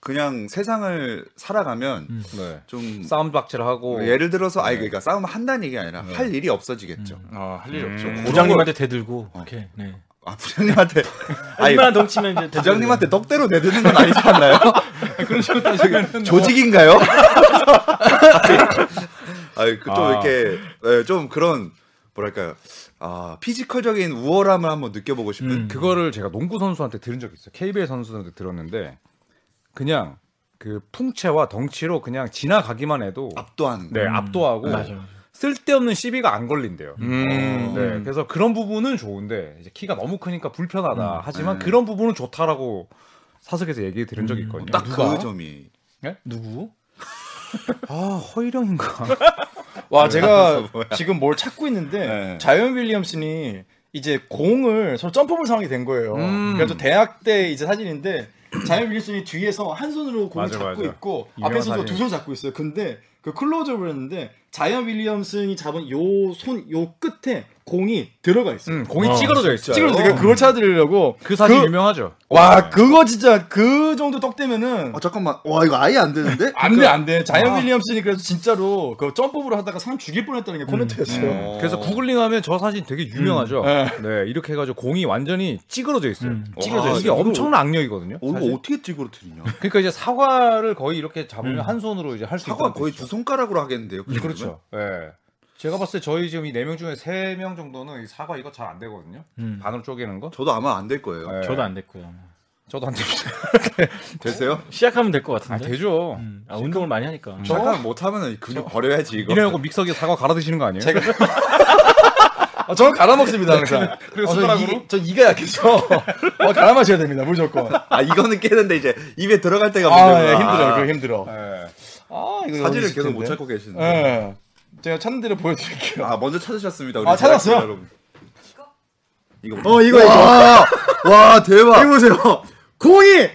Speaker 1: 그냥 세상을 살아가면
Speaker 4: 네.
Speaker 1: 좀
Speaker 4: 싸움 박질하고
Speaker 1: 뭐 예를 들어서 아이 그러니까 싸움 한다는 얘기 아니라 할 일이 없어지겠죠.
Speaker 4: 아, 할 일이
Speaker 1: 음.
Speaker 3: 부장님한테 대들고 이렇게. 네.
Speaker 1: 아 부장님한테 아니
Speaker 3: 얼마나 덩치면 이제 대들고.
Speaker 1: 부장님한테 떡대로 내드는 건 아니지 (laughs) 않나요?
Speaker 4: 그런 식으로 따지면
Speaker 1: 조직인가요? (laughs) 아이 그좀
Speaker 4: 아.
Speaker 1: 이렇게 예, 좀 그런 뭐랄까요? 아 피지컬적인 우월함을 한번 느껴보고 싶은
Speaker 3: 음.
Speaker 4: 그거를 제가 농구 선수한테 들은 적이 있어요. KBL 선수한테 들었는데 그냥 그 풍채와 덩치로 그냥 지나가기만 해도
Speaker 1: 압도하는 거.
Speaker 4: 네 압도하고
Speaker 3: 맞아.
Speaker 4: 쓸데없는 시비가 안 걸린대요.
Speaker 1: 음.
Speaker 4: 네, 그래서 그런 부분은 좋은데 이제 키가 너무 크니까 불편하다. 하지만
Speaker 1: 네.
Speaker 4: 그런 부분은 좋다라고 사석에서 얘기 들은 적이 있거든요.
Speaker 1: 딱 그 점이
Speaker 3: 누구?
Speaker 4: 아 허일영인가?
Speaker 1: (laughs)
Speaker 2: 와 제가
Speaker 4: (laughs)
Speaker 1: 그래서 뭐야.
Speaker 2: 지금 뭘 찾고 있는데
Speaker 1: 네.
Speaker 2: 자이언 윌리엄슨이 이제 공을 서로 점프볼 상하게 된 거예요.
Speaker 4: 음.
Speaker 2: 그래서 대학 때 이제 사진인데 자이언 윌리엄슨이 뒤에서 한 손으로 공을
Speaker 4: 맞아,
Speaker 2: 잡고
Speaker 4: 맞아.
Speaker 2: 있고
Speaker 4: 유명한
Speaker 2: 앞에 선수가
Speaker 4: 사진.
Speaker 2: 두손 잡고 있어요. 근데 그 클로즈업을 했는데 자이언 윌리엄슨이 잡은 요 손 요 끝에 공이 들어가 있어요.
Speaker 4: 음, 공이
Speaker 3: 어.
Speaker 4: 찌그러져 있어요. 음.
Speaker 2: 찍으러 제가 그걸 찾으려고
Speaker 4: 그 사진 유명하죠.
Speaker 1: 어.
Speaker 2: 와 그거 진짜 그 정도 떡 되면은
Speaker 1: 아 잠깐만 와 이거 아예 안 되는데? 그러니까
Speaker 2: 안돼 안돼 자이언
Speaker 4: 아.
Speaker 2: 윌리엄슨이 그래서 진짜로 그 점프볼 하다가 사람 죽일 뻔했다는 게 코멘트였어요.
Speaker 1: 음.
Speaker 4: 네. 그래서 구글링하면 저 사진 되게 유명하죠.
Speaker 2: 네.
Speaker 4: 네, 이렇게 해가지고 공이 완전히 찌그러져 있어요.
Speaker 3: 음.
Speaker 1: 와,
Speaker 4: 찌그러져 있어요. 이게
Speaker 1: 이거-
Speaker 4: 엄청난 악력이거든요.
Speaker 1: 어,
Speaker 4: 사실.
Speaker 1: 이거 어떻게 찍으러 드리냐?
Speaker 4: 그러니까 이제 사과를 거의 이렇게 잡으면
Speaker 3: 음.
Speaker 4: 한 손으로 이제 할 수 있는
Speaker 1: 사과 거의 두 손가락으로 하겠는데요. 그
Speaker 4: 그렇죠. 예. 제가 봤을 때 저희 지금 이 네 명 중에 세 명 정도는 이 사과 이거 잘 안 되거든요.
Speaker 3: 음.
Speaker 4: 반으로 쪼개는 거.
Speaker 1: 저도 아마 안 될 거예요.
Speaker 4: 예.
Speaker 3: 저도 안 됐고요.
Speaker 4: 저도 안 됩니다.
Speaker 1: 되세요?
Speaker 3: 시작하면 될 것
Speaker 4: 아
Speaker 3: 같은데.
Speaker 4: 되죠.
Speaker 3: 음. 아, 운동을 많이 하니까.
Speaker 1: 잠깐못 하면은 근육 버려야지 어? 이거.
Speaker 4: 이래놓고 믹서기에 사과 갈아 드시는 거 아니에요? (laughs)
Speaker 2: 제가 아, 저는 갈아 먹습니다 항상.
Speaker 4: 그리고
Speaker 2: 어, 저
Speaker 4: 숟가락으로?
Speaker 2: 이- 저 이가 약해서 어, 갈아 마셔야 됩니다 무조건.
Speaker 1: 아 이거는 깨는데 이제 입에 들어갈 때가
Speaker 2: 아
Speaker 1: 문제구나.
Speaker 2: 예, (laughs) 힘들어요 그거 힘들어.
Speaker 4: 예.
Speaker 2: 아 이거
Speaker 1: 사진을 계속 못 찾고 계시는데.
Speaker 2: 예. 제가 찾는 대로 보여드릴게요.
Speaker 1: 아 먼저 찾으셨습니다. 우리
Speaker 2: 아, 찾았어요?
Speaker 1: 제작진 여러분. 이거
Speaker 2: 어 이거 이거.
Speaker 1: 와, 와 대박.
Speaker 2: 이거 보세요. 공이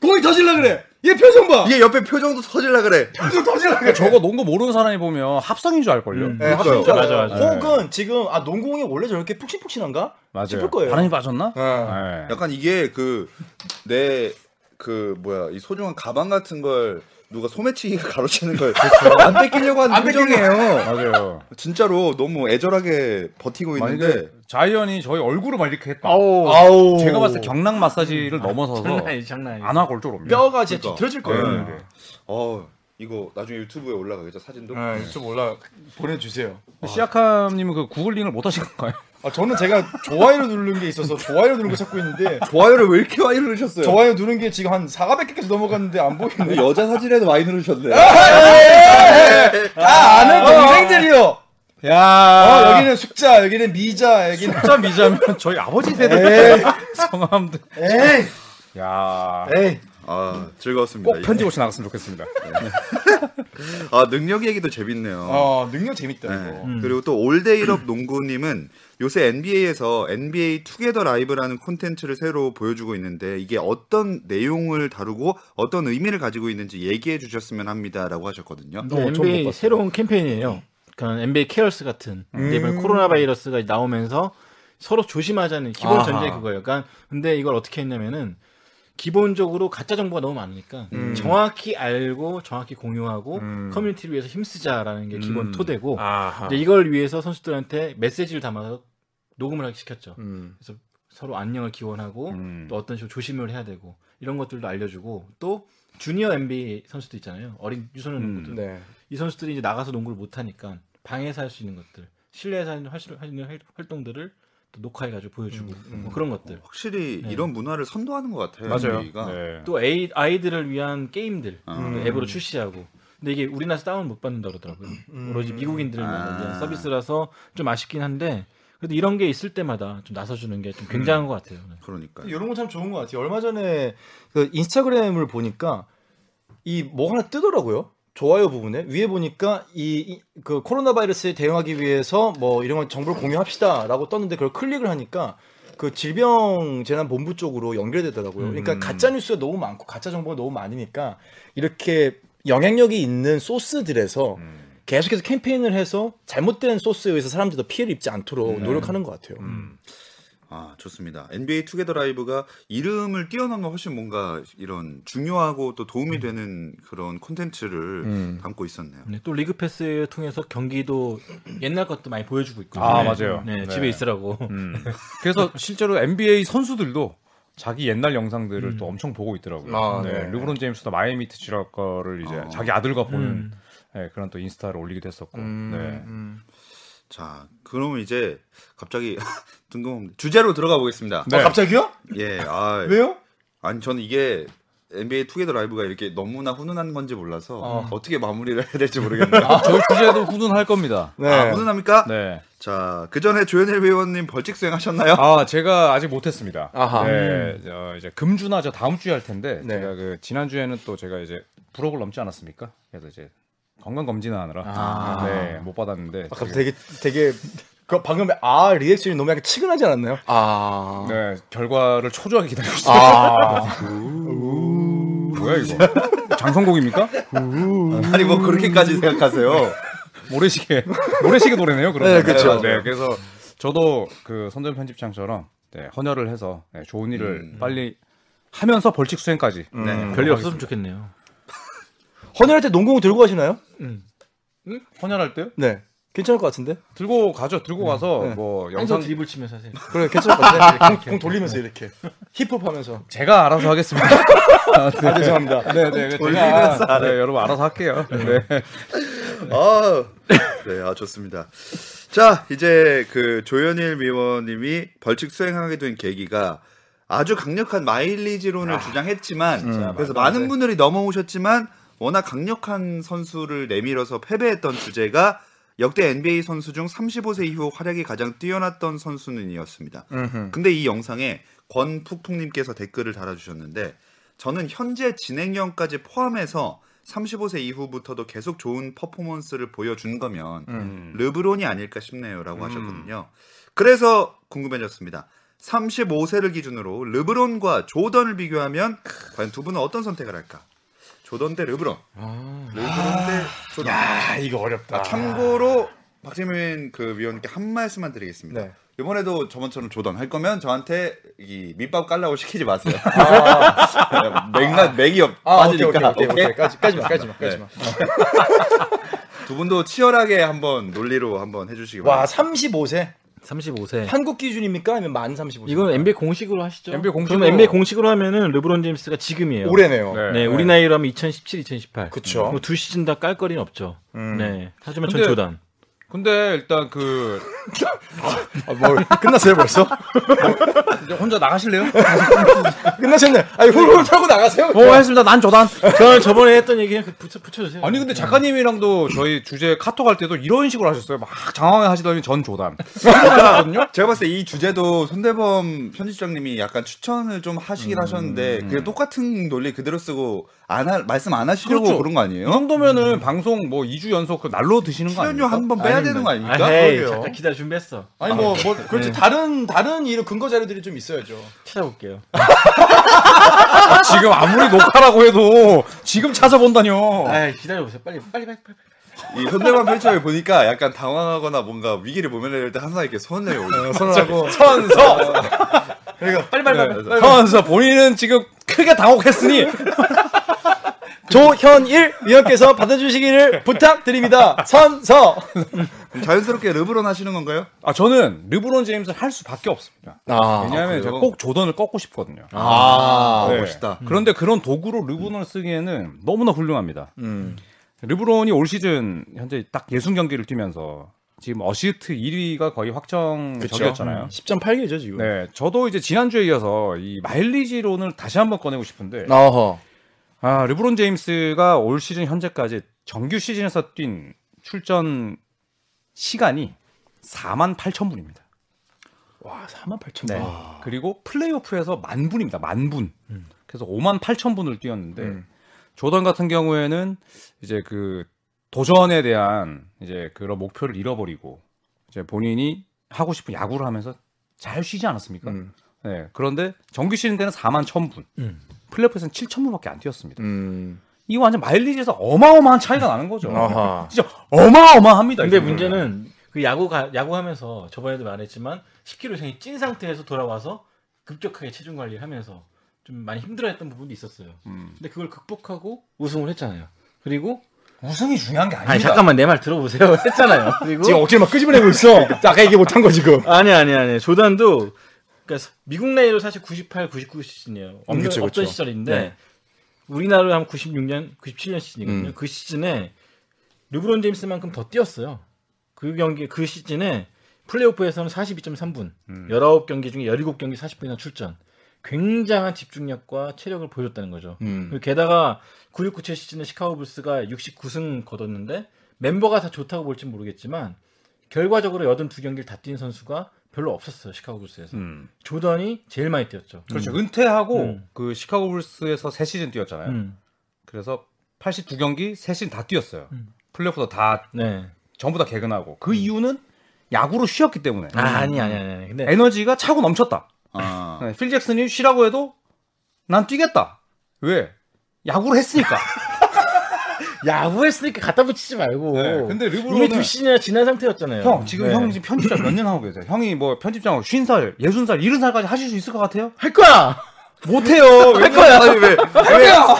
Speaker 2: 공이 터질라 그래. 얘 표정 봐.
Speaker 1: 이게 옆에 표정도 터질라 그래.
Speaker 2: 표정 터질라 그래.
Speaker 4: 저거 농구 모르는 사람이 보면 합성인 줄 알걸요.
Speaker 3: 음.
Speaker 2: 네, 합성인 줄
Speaker 3: 맞아,
Speaker 2: 알아요.
Speaker 3: 맞아.
Speaker 2: 혹은 지금 아 농공이 원래 저렇게 푹신푹신한가?
Speaker 4: 맞아요.
Speaker 2: 싶을 거예요.
Speaker 4: 바람이 빠졌나?
Speaker 2: 예.
Speaker 4: 예.
Speaker 1: 약간 이게 그 내 그 뭐야 이 소중한 가방 같은 걸 누가 소매치기가 (laughs) 가로채는 걸
Speaker 2: 그렇죠.
Speaker 1: 안 뺏기려고 하는 표정이에요.
Speaker 4: 맞아요.
Speaker 1: 진짜로 너무 애절하게 버티고 있는데
Speaker 4: 만약에 자이언이 저희 얼굴을 이렇게 했다.
Speaker 2: 아우.
Speaker 4: 제가 봤을 때 경락 마사지를 넘어서서
Speaker 3: 장난이 장난이. 음.
Speaker 4: 안하골 쪽으로 옵니다.
Speaker 2: 뼈가 진짜
Speaker 1: 그러니까.
Speaker 2: 뒤틀어질 거예요.
Speaker 1: 네. 어 이거 나중에 유튜브에 올라가겠죠 사진도.
Speaker 2: 네, 좀 올라 보내주세요.
Speaker 4: 시아캄님은 그 구글링을 못 하신 건가요?
Speaker 2: 아, 저는 제가 좋아요를 누른 게 있어서 좋아요 누른 거 찾고 있는데
Speaker 1: 좋아요를 왜 이렇게 많이 누르셨어요?
Speaker 2: 좋아요 누른 게 지금 한 400개까지 넘어갔는데 안 보이네.
Speaker 1: 여자 사진에도 많이 누르셨네.
Speaker 2: 아! 다 아는 동생들이요.
Speaker 4: 야
Speaker 2: 어, 여기는 숙자, 여기는 미자, 여기는
Speaker 4: 진짜 미자면 저희 아버지 세대
Speaker 2: 에이,
Speaker 4: (laughs) 성함들.
Speaker 2: 에이,
Speaker 4: 야.
Speaker 2: 에이.
Speaker 1: 아 즐거웠습니다.
Speaker 4: 꼭 편집 없이 나갔으면 좋겠습니다.
Speaker 1: 아 능력 얘기도 재밌네요.
Speaker 2: 어, 능력 재밌다
Speaker 1: 네.
Speaker 2: 이거.
Speaker 1: 그리고 또 올데이럽 농구님은 요새 NBA에서 NBA 투게더 라이브라는 콘텐츠를 새로 보여주고 있는데 이게 어떤 내용을 다루고 어떤 의미를 가지고 있는지 얘기해 주셨으면 합니다라고 하셨거든요.
Speaker 3: 네, NBA 새로운 캠페인이에요. 그런 NBA 케어스 같은.
Speaker 4: 음.
Speaker 3: 근데 이번 코로나 바이러스가 나오면서 서로 조심하자는 기본
Speaker 4: 아하.
Speaker 3: 전제 그거예요. 그러니까 근데 이걸 어떻게 했냐면은 기본적으로 가짜 정보가 너무 많으니까
Speaker 4: 음.
Speaker 3: 정확히 알고 정확히 공유하고 커뮤니티를 위해서 힘쓰자라는 게 기본 토대고
Speaker 4: 음. 아하.
Speaker 3: 이제 이걸 위해서 선수들한테 메시지를 담아서 녹음을 하게 시켰죠.
Speaker 4: 음.
Speaker 3: 그래서 서로 안녕을 기원하고
Speaker 4: 음.
Speaker 3: 또 어떤 식으로 조심을 해야 되고 이런 것들도 알려주고 또 주니어 NBA 선수도 있잖아요. 어린 유소년
Speaker 4: 음.
Speaker 3: 농구들.
Speaker 2: 네.
Speaker 3: 이 선수들이 이제 나가서 농구를 못 하니까 방에서 할 수 있는 것들, 실내에서 하는 활- 하는 활- 활동들을 또 녹화해가지고 보여주고
Speaker 1: 음,
Speaker 3: 뭐 그런 것들.
Speaker 1: 어. 확실히
Speaker 3: 네.
Speaker 1: 이런 문화를 선도하는 것 같아요.
Speaker 4: 맞아요.
Speaker 1: NBA가.
Speaker 4: 네.
Speaker 3: 또 에이- 아이들을 위한 게임들
Speaker 1: 아.
Speaker 3: 또 앱으로 출시하고. 근데 이게 우리나라에서 다운 못 받는다 그러더라고요. 오로지 미국인들을 위한
Speaker 1: 음. 아.
Speaker 3: 이제 서비스라서 좀 아쉽긴 한데 그래도 이런 게 있을 때마다 좀 나서주는 게 좀 굉장한 것 같아요.
Speaker 1: 그러니까.
Speaker 2: 이런 건 참 좋은 것 같아요. 얼마 전에 그 인스타그램을 보니까 이 뭐 하나 뜨더라고요. 좋아요 부분에 위에 보니까 이 그 코로나 바이러스에 대응하기 위해서 뭐 이런 건 정보를 공유합시다라고 떴는데 그걸 클릭을 하니까 그 질병재난본부 쪽으로 연결되더라고요.
Speaker 4: 음.
Speaker 2: 그러니까 가짜 뉴스가 너무 많고 가짜 정보가 너무 많으니까 이렇게 영향력이 있는 소스들에서
Speaker 4: 음.
Speaker 2: 계속해서 캠페인을 해서 잘못된 소스에 의해서 사람들이 더 피해를 입지 않도록
Speaker 4: 음.
Speaker 2: 노력하는 것 같아요.
Speaker 1: 아 좋습니다. NBA 투게더 라이브가 이름을 뛰어넘어 훨씬 뭔가 이런 중요하고 또 도움이 되는 그런 콘텐츠를 담고 있었네요.
Speaker 3: 네, 또 리그 패스 통해서 경기도 옛날 것도 많이 보여주고 있고.
Speaker 4: 아, 맞아요.
Speaker 3: 네,
Speaker 4: 네.
Speaker 3: 집에 있으라고.
Speaker 4: 음. 그래서 실제로 NBA 선수들도 자기 옛날 영상들을 또
Speaker 2: 음.
Speaker 4: 엄청 보고 있더라고요.
Speaker 2: 아,
Speaker 4: 네.
Speaker 2: 네.
Speaker 4: 르브론 제임스도 마이애미 트치라 거를 이제
Speaker 1: 어.
Speaker 4: 자기 아들과 보는
Speaker 3: 음.
Speaker 4: 네, 그런 또 인스타를 올리기도 했었고.
Speaker 2: 음.
Speaker 4: 네.
Speaker 1: 자, 그럼 이제 갑자기 (laughs) 뜬금없는 주제로 들어가 보겠습니다.
Speaker 4: 네.
Speaker 2: 갑자기요?
Speaker 1: 예, 아,
Speaker 2: 왜요?
Speaker 1: 아니 저는 이게 NBA 투게더 라이브가 이렇게 너무나 훈훈한 건지 몰라서 어. 떻게 마무리를 해야 될지 모르겠네요.
Speaker 4: (laughs) 아, 저 주제도 훈훈할 겁니다.
Speaker 2: 네.
Speaker 1: 아, 훈훈합니까?
Speaker 4: 네.
Speaker 1: 자, 그 전에 조현일 회원님 벌칙 수행하셨나요?
Speaker 4: 아, 제가 아직 못했습니다.
Speaker 2: 아하. 음.
Speaker 4: 네, 어, 이제 금주나 저 다음 주에 할 텐데
Speaker 2: 네.
Speaker 4: 제가 그 지난 주에는 또 제가 이제 부록을 넘지 않았습니까? 그래서 이제 건강 검진을 하느라
Speaker 2: 아.
Speaker 4: 네, 못 받았는데.
Speaker 2: 아까 되게 되게 그 방금 아 리액션이 너무 약간 치근하지 않았나요? 아.
Speaker 4: 네, 결과를 초조하게 기다리고 있어요.
Speaker 2: 아.
Speaker 4: (laughs) 뭐야 이거? 장성곡입니까? 음.
Speaker 1: 아니 뭐 그렇게까지 생각하세요?
Speaker 4: 모래시계 모래시계 노래네요. 그러면.
Speaker 2: 네, 그쵸.
Speaker 4: 네, 그래서 저도 그 선전 편집장처럼 네, 헌혈을 해서 네, 좋은 일을
Speaker 2: 음.
Speaker 4: 빨리 하면서 벌칙 수행까지.
Speaker 1: 네.
Speaker 3: 별일 없었으면 좋겠네요.
Speaker 2: 헌혈할 때 농공 들고 가시나요?
Speaker 4: 음? 헌혈할 때요?
Speaker 2: 네. 괜찮을 것 같은데?
Speaker 4: 들고 가죠. 들고 가서 뭐
Speaker 3: 항상
Speaker 4: 영상
Speaker 3: 드립을 치면서 하세요.
Speaker 2: 그래 괜찮을 것 같아요. 공, 공 돌리면서 이렇게 힙합 하면서.
Speaker 4: 제가 알아서 하겠습니다. (laughs) 아, 네.
Speaker 2: 죄송합니다.
Speaker 4: 네, 네, 제가 네, 여러분 알아서 할게요. 네.
Speaker 1: 아, 네, 아 좋습니다. 자, 이제 그 조현일 위원님이 벌칙 수행하게 된 계기가 아주 강력한 마일리지론을 주장했지만 그래서 많은 분들이 넘어오셨지만 워낙 강력한 선수를 내밀어서 패배했던 주제가 역대 NBA 선수 중 35세 이후 활약이 가장 뛰어났던 선수는이었습니다. 근데 이 영상에 권푹푹님께서 댓글을 달아주셨는데 저는 현재 진행형까지 포함해서 35세 이후부터도 계속 좋은 퍼포먼스를 보여준 거면 르브론이 아닐까 싶네요라고 하셨거든요. 그래서 궁금해졌습니다. 35세를 기준으로 르브론과 조던을 비교하면 과연 두 분은 어떤 선택을 할까? 조던 대 르브론. 르브론 대 조던.
Speaker 2: 아 이거 어렵다.
Speaker 1: 아, 참고로 박재민 그 위원님께 한 말씀만 드리겠습니다.
Speaker 2: 네.
Speaker 1: 이번에도 저번처럼 조던 할 거면 저한테 이 밑밥 깔라고 시키지 마세요. (laughs) 맥락 맥이 없
Speaker 2: 아 오케이 오케이
Speaker 1: 빠지니까.
Speaker 2: 오케이, 오케이,
Speaker 1: 오케이? 네.
Speaker 2: 까지 까지마 까지마 까지마.
Speaker 1: (laughs) 두 분도 치열하게 한번 논리로 한번 해주시기
Speaker 2: 와
Speaker 1: 바랍니다.
Speaker 2: 35세
Speaker 3: 35세.
Speaker 2: 한국 기준입니까 아니면 만 35세?
Speaker 3: 이건 NBA 공식으로 하시죠.
Speaker 4: NBA 공식으로.
Speaker 3: 그럼 NBA 공식으로 하면은 르브론 제임스가 지금이에요.
Speaker 2: 올해네요.
Speaker 4: 네.
Speaker 3: 네, 우리 나이로 하면 2017, 2018.
Speaker 2: 그쵸.
Speaker 3: 뭐두 시즌 다 깔 거리는 없죠. 네. 하지만 전
Speaker 4: 음. 근데-
Speaker 3: 조단.
Speaker 4: 근데 일단 그
Speaker 2: 아, 뭐 끝났어요 벌써? (laughs)
Speaker 4: 이제 혼자 (laughs) 나가실래요?
Speaker 2: 끝나셨네. 아니 훌훌 털고 나가세요.
Speaker 4: 어, 했습니다. 난 저단.
Speaker 3: 저는 저번에 했던 얘기 그냥 붙여, 붙여주세요.
Speaker 4: 아니 근데 작가님이랑도 저희 주제 카톡 할 때도 이런 식으로 하셨어요. 막 장황해 하시더니 전 조단.
Speaker 1: 제가 봤을 때 이 주제도 손대범 편집장님이 약간 추천을 좀 하시긴
Speaker 2: 음.
Speaker 1: 하셨는데 그게 똑같은 논리 그대로 쓰고 안 할- 말씀 안 하시려고
Speaker 4: 그렇죠.
Speaker 1: 그런거
Speaker 4: 이
Speaker 1: 아니에요?
Speaker 4: 정도면은 방송 뭐 2주 연속 그 날로 드시는 거
Speaker 1: 출연료
Speaker 4: 아니에요?
Speaker 1: 한 번 빼야 되는 거
Speaker 3: 아,
Speaker 1: 아닙니까?
Speaker 3: 에이,
Speaker 2: 그러게요.
Speaker 3: 잠깐 기다 준비했어.
Speaker 2: 아니 뭐 뭐 그렇지 다른 다른 이런 근거 자료들이 좀 있어야죠.
Speaker 3: 찾아볼게요.
Speaker 4: 지금 아무리 녹화라고 해도 지금 찾아본다뇨.
Speaker 3: 아, 기다려보세요. 빨리, 빨리, 빨리. 빨리.
Speaker 1: 이 손대범 편집장이 보니까 약간 당황하거나 뭔가 위기를 모면할 때 항상 이렇게 손을 올려. (laughs)
Speaker 2: 선언하고
Speaker 4: 선서.
Speaker 3: 빨리,
Speaker 4: 네.
Speaker 3: 빨리, 빨리.
Speaker 1: 그래서
Speaker 4: 선서 본인은 지금 크게 당혹했으니
Speaker 2: 조현일 위원께서 받아주시기를 부탁드립니다. 선서.
Speaker 1: 자연스럽게 르브론 하시는 건가요?
Speaker 4: 아 저는 르브론 제임스를 할 수밖에 없습니다.
Speaker 2: 아,
Speaker 4: 왜냐하면
Speaker 1: 그래요?
Speaker 4: 제가 꼭 조던을 꺾고 싶거든요.
Speaker 1: 아,
Speaker 4: 네.
Speaker 1: 멋있다.
Speaker 4: 그런데 그런 도구로 르브론을 쓰기에는 너무나 훌륭합니다.
Speaker 1: 음.
Speaker 4: 르브론이 올 시즌 현재 딱 60경기를 뛰면서 지금 어시스트 1위가 거의 확정적이었잖아요.
Speaker 2: 10.8개죠 음.
Speaker 1: 음.
Speaker 2: 지금.
Speaker 4: 네, 저도 이제 지난주에 이어서 이 마일리지론을 다시 한번 꺼내고 싶은데
Speaker 2: 어허.
Speaker 4: 아, 르브론 제임스가 올 시즌 현재까지 정규 시즌에서 뛴 출전 시간이 4만 8천 분입니다.
Speaker 2: 와 4만 8천.
Speaker 4: 네.
Speaker 3: 음.
Speaker 4: 그리고 플레이오프에서 만 분입니다. 만 분. 그래서 5만 8천 분을 뛰었는데 조던 같은 경우에는 이제 그 도전에 대한 이제 그런 목표를 잃어버리고 이제 본인이 하고 싶은 야구를 하면서 잘 쉬지 않았습니까?
Speaker 2: 음.
Speaker 4: 네. 그런데 정규 시즌 때는 4만 1,000분,
Speaker 3: 음.
Speaker 4: 플레이오프에서는 7,000분밖에 안 뛰었습니다.
Speaker 2: 음.
Speaker 4: 이 완전 마일리지에서 어마어마한 차이가 나는 거죠.
Speaker 1: 음.
Speaker 2: 아하.
Speaker 4: 진짜 어마어마합니다.
Speaker 3: 근데
Speaker 4: 이거는.
Speaker 3: 문제는 그 야구 가, 야구하면서 저번에도 말했지만 10kg 이상이 찐 상태에서 돌아와서 급격하게 체중 관리를 하면서 좀 많이 힘들어했던 부분도 있었어요.
Speaker 4: 음.
Speaker 3: 근데 그걸 극복하고 우승을 했잖아요. 그리고
Speaker 4: 우승이 중요한 게 아닙니다.
Speaker 3: 아니 잠깐만 내 말 들어보세요. (laughs) 했잖아요. 그리고
Speaker 2: 지금 억지로 막 끄집어내고 (laughs) 있어. 아까 얘기 못한 거 지금.
Speaker 3: (laughs) 아니 아니 아니 조단도 그러니까 미국 나이로 사실 98, 99 시즌이에요. 없는,
Speaker 2: 아, 그쵸, 그쵸.
Speaker 3: 없던 시절인데
Speaker 2: 네.
Speaker 3: 우리나라로 하면 96년, 97년 시즌이거든요.
Speaker 2: 음.
Speaker 3: 그 시즌에 르브론 제임스만큼 더 뛰었어요. 그 경기 그 시즌에 플레이오프에서는 42.3분, 19경기 중에 17경기 40분이나 출전. 굉장한 집중력과 체력을 보여줬다는 거죠. 그리고 게다가 9697 시즌에 시카고 불스가 69승 거뒀는데 멤버가 다 좋다고 볼진 모르겠지만 결과적으로 82경기를 다 뛴 선수가 별로 없었어요. 시카고 불스에서.
Speaker 4: 음.
Speaker 3: 조던이 제일 많이 뛰었죠.
Speaker 4: 그렇죠. 은퇴하고
Speaker 3: 음.
Speaker 4: 그 시카고 불스에서 세 시즌 뛰었잖아요.
Speaker 3: 음.
Speaker 4: 그래서 82경기 세 시즌 다 뛰었어요.
Speaker 3: 음.
Speaker 4: 플레이오프도 다
Speaker 3: 네.
Speaker 4: 전부 다 개근하고 그 이유는 야구로 쉬었기 때문에
Speaker 3: 아, 아니 아니 아니. 아니. 근데
Speaker 4: 에너지가 차고 넘쳤다.
Speaker 1: 아.
Speaker 4: 네, 필 잭슨이 쉬라고 해도 난 뛰겠다. 왜? 야구를 했으니까.
Speaker 3: 야구했으니까 갖다 붙이지 말고.
Speaker 4: (laughs) 네, 근데
Speaker 3: 이미 두
Speaker 4: 르브론은
Speaker 3: 시즌이나 지난 상태였잖아요.
Speaker 4: 형 지금
Speaker 3: 네.
Speaker 4: 형 지금 편집장 몇 년 하고 계세요? 형이 뭐 편집장 50살, 60살, 70살까지 하실 수 있을 것 같아요?
Speaker 3: 할 거야.
Speaker 4: 못해요. 왜
Speaker 1: 거야. 아니 어, 왜, 왜,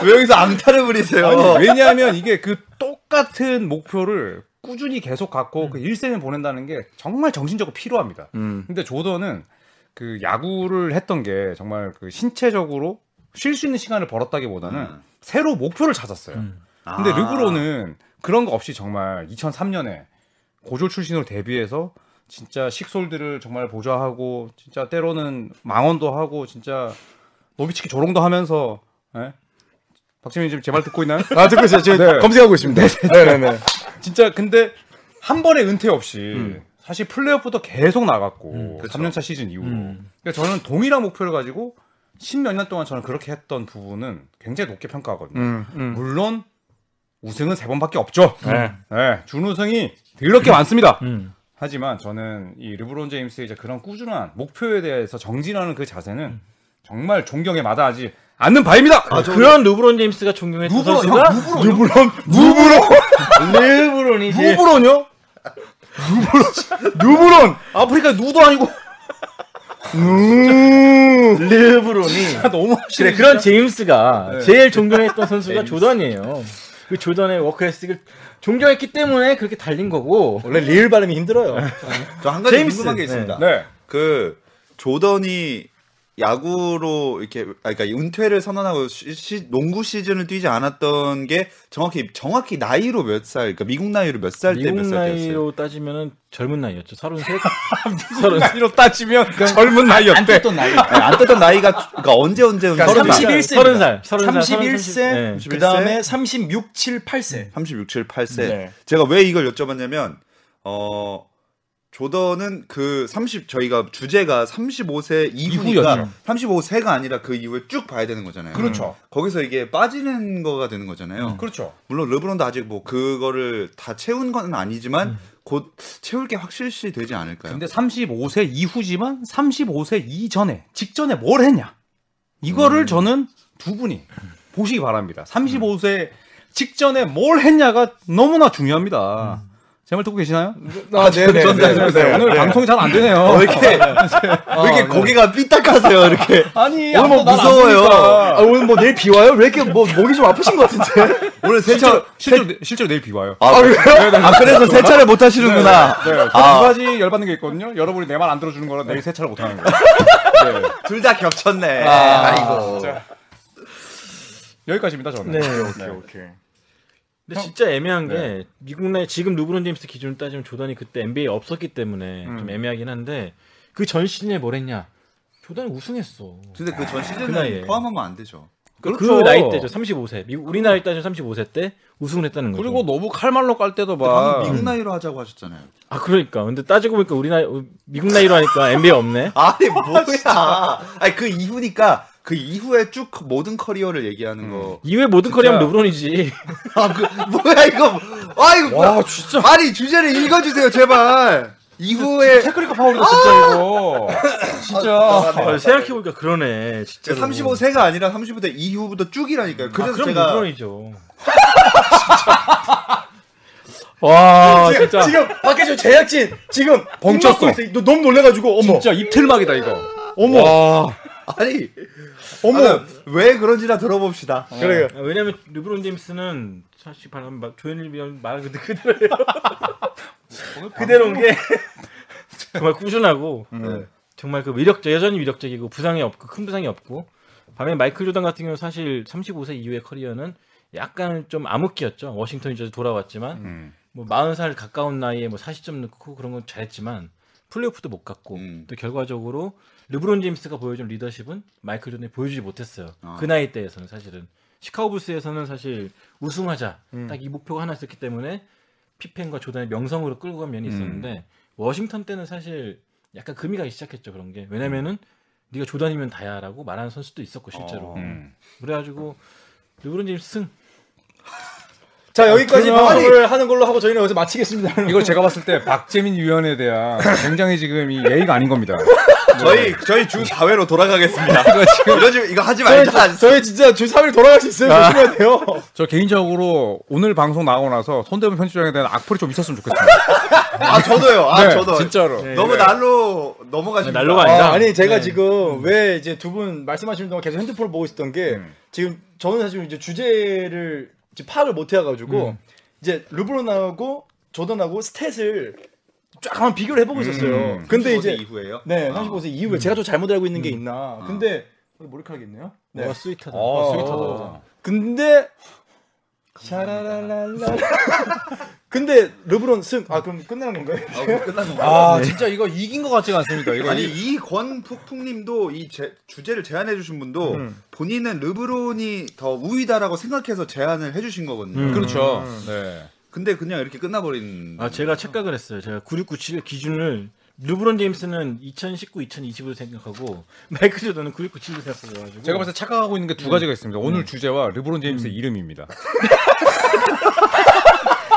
Speaker 1: 왜 여기서 앙탈을 부리세요?
Speaker 4: 아니, 왜냐하면 이게 그 똑같은 목표를 꾸준히 계속 갖고 그 일생을 보낸다는 게 정말 정신적으로 필요합니다.
Speaker 2: 음.
Speaker 4: 근데 조던은 그 야구를 했던 게 정말 그 신체적으로 쉴 수 있는 시간을 벌었다기보다는
Speaker 1: 음.
Speaker 4: 새로 목표를 찾았어요. 근데
Speaker 1: 아.
Speaker 4: 르브론은 그런 거 없이 정말 2003년에 고졸 출신으로 데뷔해서 진짜 식솔들을 정말 보좌하고 진짜 때로는 망언도 하고 진짜 노비치키 조롱도 하면서 예? 박재민 지금 제 말 듣고 있나요?
Speaker 2: 아 듣고 있어요. 지금
Speaker 4: 네.
Speaker 2: 검색하고 있습니다. 네네네.
Speaker 4: 진짜 근데 한 번의 은퇴 없이
Speaker 2: 음.
Speaker 4: 사실 플레이오프도 계속
Speaker 2: 그렇죠.
Speaker 4: 나갔고
Speaker 1: 그쵸.
Speaker 4: 3년차 시즌 이후로
Speaker 3: 음.
Speaker 4: 그러니까 저는 동일한 목표를 가지고 십몇 년 동안 저는 그렇게 했던 부분은 굉장히 높게 평가하거든요.
Speaker 2: 음, 음.
Speaker 4: 물론 우승은 세 번밖에 없죠. 네. 준우승이 더럽게 많습니다.
Speaker 3: 음.
Speaker 4: 하지만 저는 이 르브론 제임스의 이제 그런 꾸준한 목표에 대해서 정진하는 그 자세는
Speaker 2: 음.
Speaker 4: 정말 존경에 마다하지 않는 바입니다.
Speaker 2: 아,
Speaker 3: 아, 그런 르브론 제임스가 존경했던
Speaker 4: 누브론,
Speaker 3: 선수가
Speaker 4: 아, 형, 누브론.
Speaker 2: 누브론 누브론
Speaker 3: 르브론이지.
Speaker 2: 네.
Speaker 4: 누브론요?
Speaker 2: 누브론
Speaker 4: 아프리카 누도 아니고
Speaker 3: 르브론이.
Speaker 4: 너무
Speaker 3: 그래 그런 제임스가
Speaker 4: 네.
Speaker 3: 제일 존경했던 선수가 조던이에요. 그 조던의 워크에스틱을 존경했기 때문에 그렇게 달린 거고.
Speaker 2: 원래 리을 발음이 힘들어요.
Speaker 1: 저 한 가지
Speaker 3: 제임스.
Speaker 1: 궁금한 게 있습니다.
Speaker 4: 네.
Speaker 1: 그 조던이 야구로 이렇게 아 그러니까 은퇴를 선언하고 시- 시- 농구 시즌을 뛰지 않았던 게 정확히 정확히 나이로 몇 살? 그러니까 미국 나이로 몇 살 때
Speaker 3: 미국
Speaker 1: 몇 살 때였어요?
Speaker 3: 나이로 따지면은 젊은 나이였죠. 33.
Speaker 4: 서른 나이로 따지면 젊은
Speaker 1: 아니,
Speaker 4: 나이였대.
Speaker 1: 안 뛰던 나이가 주- 그러니까 언제 언제 언제
Speaker 2: 그러니까
Speaker 1: 30,
Speaker 2: 31 세입니다.
Speaker 3: 30살.
Speaker 2: 31세,
Speaker 1: 네.
Speaker 2: 그 다음에 36, 7, 8세.
Speaker 1: 36, 7, 8세.
Speaker 2: 네.
Speaker 1: 제가 왜 이걸 여쭤봤냐면 어 조던은 그 30 저희가 주제가 35세 이후니까
Speaker 4: 이후였죠.
Speaker 1: 35세가 아니라 그 이후에 쭉 봐야 되는 거잖아요.
Speaker 4: 그렇죠.
Speaker 1: 거기서 이게 빠지는 거가 되는 거잖아요.
Speaker 2: 음.
Speaker 4: 그렇죠.
Speaker 1: 물론 르브론도 아직 뭐 그거를 다 채운 건 아니지만 곧 채울 게 확실시 되지 않을까요?
Speaker 4: 음. 근데 35세 이후지만 35세 이전에 직전에 뭘 했냐 이거를
Speaker 2: 음.
Speaker 4: 저는 두 분이 보시기 바랍니다. 35세
Speaker 2: 음.
Speaker 4: 직전에 뭘 했냐가 너무나 중요합니다. 제 말 듣고 계시나요?
Speaker 2: 아, 음. 네네.
Speaker 4: (laughs) 오늘 방송이 잘 안 되네요. (laughs)
Speaker 1: 왜 이렇게
Speaker 4: 어,
Speaker 1: 왜
Speaker 4: 네.
Speaker 1: 이렇게 고개가 삐딱하세요 이렇게
Speaker 4: 아니
Speaker 1: 오늘 뭐
Speaker 4: 아무도 난안
Speaker 1: 무서워요.
Speaker 2: 아, 오늘 뭐 내일 비 와요? 왜 이렇게 뭐 목이 좀 아프신 것 같은데?
Speaker 1: (laughs) 오늘 세차
Speaker 4: 보니까. 실제로 내- 실제로 내일 비 와요.
Speaker 1: 아, 아, 그래서 세차를 못 하시는구나.
Speaker 4: 네, 저두
Speaker 1: 아.
Speaker 4: 가지 열받는 게 있거든요. 여러분이 내 말 안 들어주는 거랑 내일 세차를 못 하는 (laughs) 거예요.
Speaker 1: 둘 다 겹쳤네. 아이고.
Speaker 4: 여기까지입니다 저는.
Speaker 3: 네.
Speaker 2: 오케이, 오케이.
Speaker 3: 근데 진짜 애매한 게 미국 나이 지금 르브론 제임스 기준으로 따지면 조던이 그때 NBA 에 없었기 때문에 좀 애매하긴 한데 그 전 시즌에 뭘 했냐? 조던이 우승했어.
Speaker 1: 근데 그 전 시즌은
Speaker 3: 그 나이에.
Speaker 1: 포함하면 안 되죠.
Speaker 3: 그
Speaker 4: 그렇죠.
Speaker 3: 나이 때죠. 35세. 미국 우리나라 따지면 35세 때 우승을 했다는 거죠.
Speaker 4: 그리고 너무 칼말로 깔 때도
Speaker 1: 방금
Speaker 4: 봐.
Speaker 1: 미국 나이로 하자고 하셨잖아요.
Speaker 3: 아 그러니까 근데 따지고 (laughs) 보니까 우리나라 미국 나이로 하니까 NBA 없네.
Speaker 1: 아니 뭐야? 아니 아, 그 이후니까 그 이후에 쭉 모든 커리어를 얘기하는 거.
Speaker 3: 이외 모든 커리어는
Speaker 4: 진짜.
Speaker 3: 르브론이지.
Speaker 1: 아, 그, 뭐야 이거? 아 이거 뭐야?
Speaker 4: 진짜.
Speaker 1: 아니 주제를 읽어주세요 제발. 이후에
Speaker 4: 테크니컬 그러니까 파울이다 진짜 이거. 진짜.
Speaker 3: 아, 생각해보니까 그러네. 진짜.
Speaker 1: 35세가 아니라 35세 이후부터 쭉이라니까요.
Speaker 3: 아,
Speaker 1: 그래서
Speaker 3: 그럼
Speaker 1: 제가
Speaker 3: 르브론이죠. 와
Speaker 2: 지금,
Speaker 3: 진짜.
Speaker 2: 지금 밖에 저 제작진 지금
Speaker 4: 벙쳤어.
Speaker 2: 입맞고 있어. 너 너무 놀래가지고 어머
Speaker 4: 진짜 입틀막이다 이거.
Speaker 2: 어머
Speaker 4: 와.
Speaker 1: 아니
Speaker 2: 어머
Speaker 1: 아, 왜 그런지나 들어봅시다.
Speaker 2: 그래요.
Speaker 3: 아, 왜냐면 르브론 제임스는 사실 바람 막 조현일 위원 말한 그대- 그대로예요. (laughs) 그대로인 게 (laughs) 정말 꾸준하고
Speaker 2: 음.
Speaker 3: 네. 정말 그 위력적 여전히 위력적이고 부상이 없고 큰 부상이 없고 반면 마이클 조던 같은 경우 사실 35세 이후의 커리어는 약간 좀 암흑기였죠. 워싱턴이 저도 돌아왔지만
Speaker 4: 음.
Speaker 3: 뭐 40살 가까운 나이에 뭐 40점 넣고 그런 건 잘했지만 플레이오프도 못 갔고
Speaker 1: 음.
Speaker 3: 또 결과적으로 르브론 제임스가 보여준 리더십은 마이클 조던이 보여주지 못했어요.
Speaker 1: 아.
Speaker 3: 그 나이 때에서는 사실은 시카고 불스에서는 사실 우승하자 딱 이 목표가 하나 있었기 때문에 피펜과 조던의 명성으로 끌고 간 면이 있었는데 워싱턴 때는 사실 약간 금이 가기 시작했죠 그런 게 왜냐면은 네가 조던이면 다야라고 말하는 선수도 있었고 실제로
Speaker 1: 어.
Speaker 4: 음.
Speaker 3: 그래가지고 르브론 제임스 승
Speaker 2: 자 여기까지
Speaker 1: 그러면-
Speaker 2: 방송을 하는 걸로 하고 저희는 여기서 마치겠습니다.
Speaker 4: 이걸 제가 봤을 때 박재민 위원에 대한 굉장히 지금 이 예의가 아닌 겁니다.
Speaker 1: 저희 저희 주 4회로 돌아가겠습니다. 이러지 이거 하지 말자.
Speaker 2: 저희, 저희 진짜 주 3일 돌아갈 수 있어요. 조심해야
Speaker 3: (laughs)
Speaker 2: 돼요.
Speaker 4: 저 개인적으로 오늘 방송 나오고 나서 손대문 편집장에 대한 악플이 좀 있었으면 좋겠습니다.
Speaker 1: 아 저도요. 아
Speaker 4: 네,
Speaker 1: 저도
Speaker 4: 진짜로.
Speaker 1: 너무 날로 넘어가십니다.
Speaker 3: 난로가 아니-
Speaker 2: 아,
Speaker 3: 아니다.
Speaker 2: 아니 제가
Speaker 3: 네.
Speaker 2: 지금 왜 이제 두 분 말씀하시는 동안 계속 핸드폰을 보고 있었던 게
Speaker 3: 음.
Speaker 2: 지금 저는 사실 이제 주제를 이제 파악을 못 해가지고
Speaker 3: 음.
Speaker 2: 이제 르브론하고 조던하고 스탯을 쫙 한번 비교를 해보고 있었어요.
Speaker 4: 음.
Speaker 2: 근데 이제
Speaker 1: 아, 이후에요.
Speaker 2: 네 35세
Speaker 3: 음.
Speaker 2: 이후에 제가 또 잘못 알고 있는 게 있나?
Speaker 3: 아.
Speaker 2: 근데 여기 머리카락이 있네요. 네.
Speaker 3: 와 스위트다
Speaker 2: 어.
Speaker 4: 어, 스윗하다.
Speaker 2: 근데 샤라라라라 (laughs) 근데 르브론 승 아 그럼 끝나는 건가요?
Speaker 1: 아, 뭐 끝난 건가?
Speaker 4: 아, 진짜 이거 이긴 것 같지가 않습니다. 이거
Speaker 1: 아니 이권푹푹님도 이 제- 주제를 제안해주신 분도 본인은 르브론이 더 우위다라고 생각해서 제안을 해주신 거거든요.
Speaker 4: 그렇죠. 네.
Speaker 1: 근데 그냥 이렇게 끝나버린.
Speaker 3: 아 제가 착각을 했어요 제가 9697 기준을 르브론 제임스는 2019, 2020으로 생각하고 (laughs) 마이클 조던은 9697로 생각해가지고
Speaker 4: 제가 봤을 때 착각하고 있는 게 두 가지가 있습니다. 오늘 주제와 르브론 제임스의 이름입니다.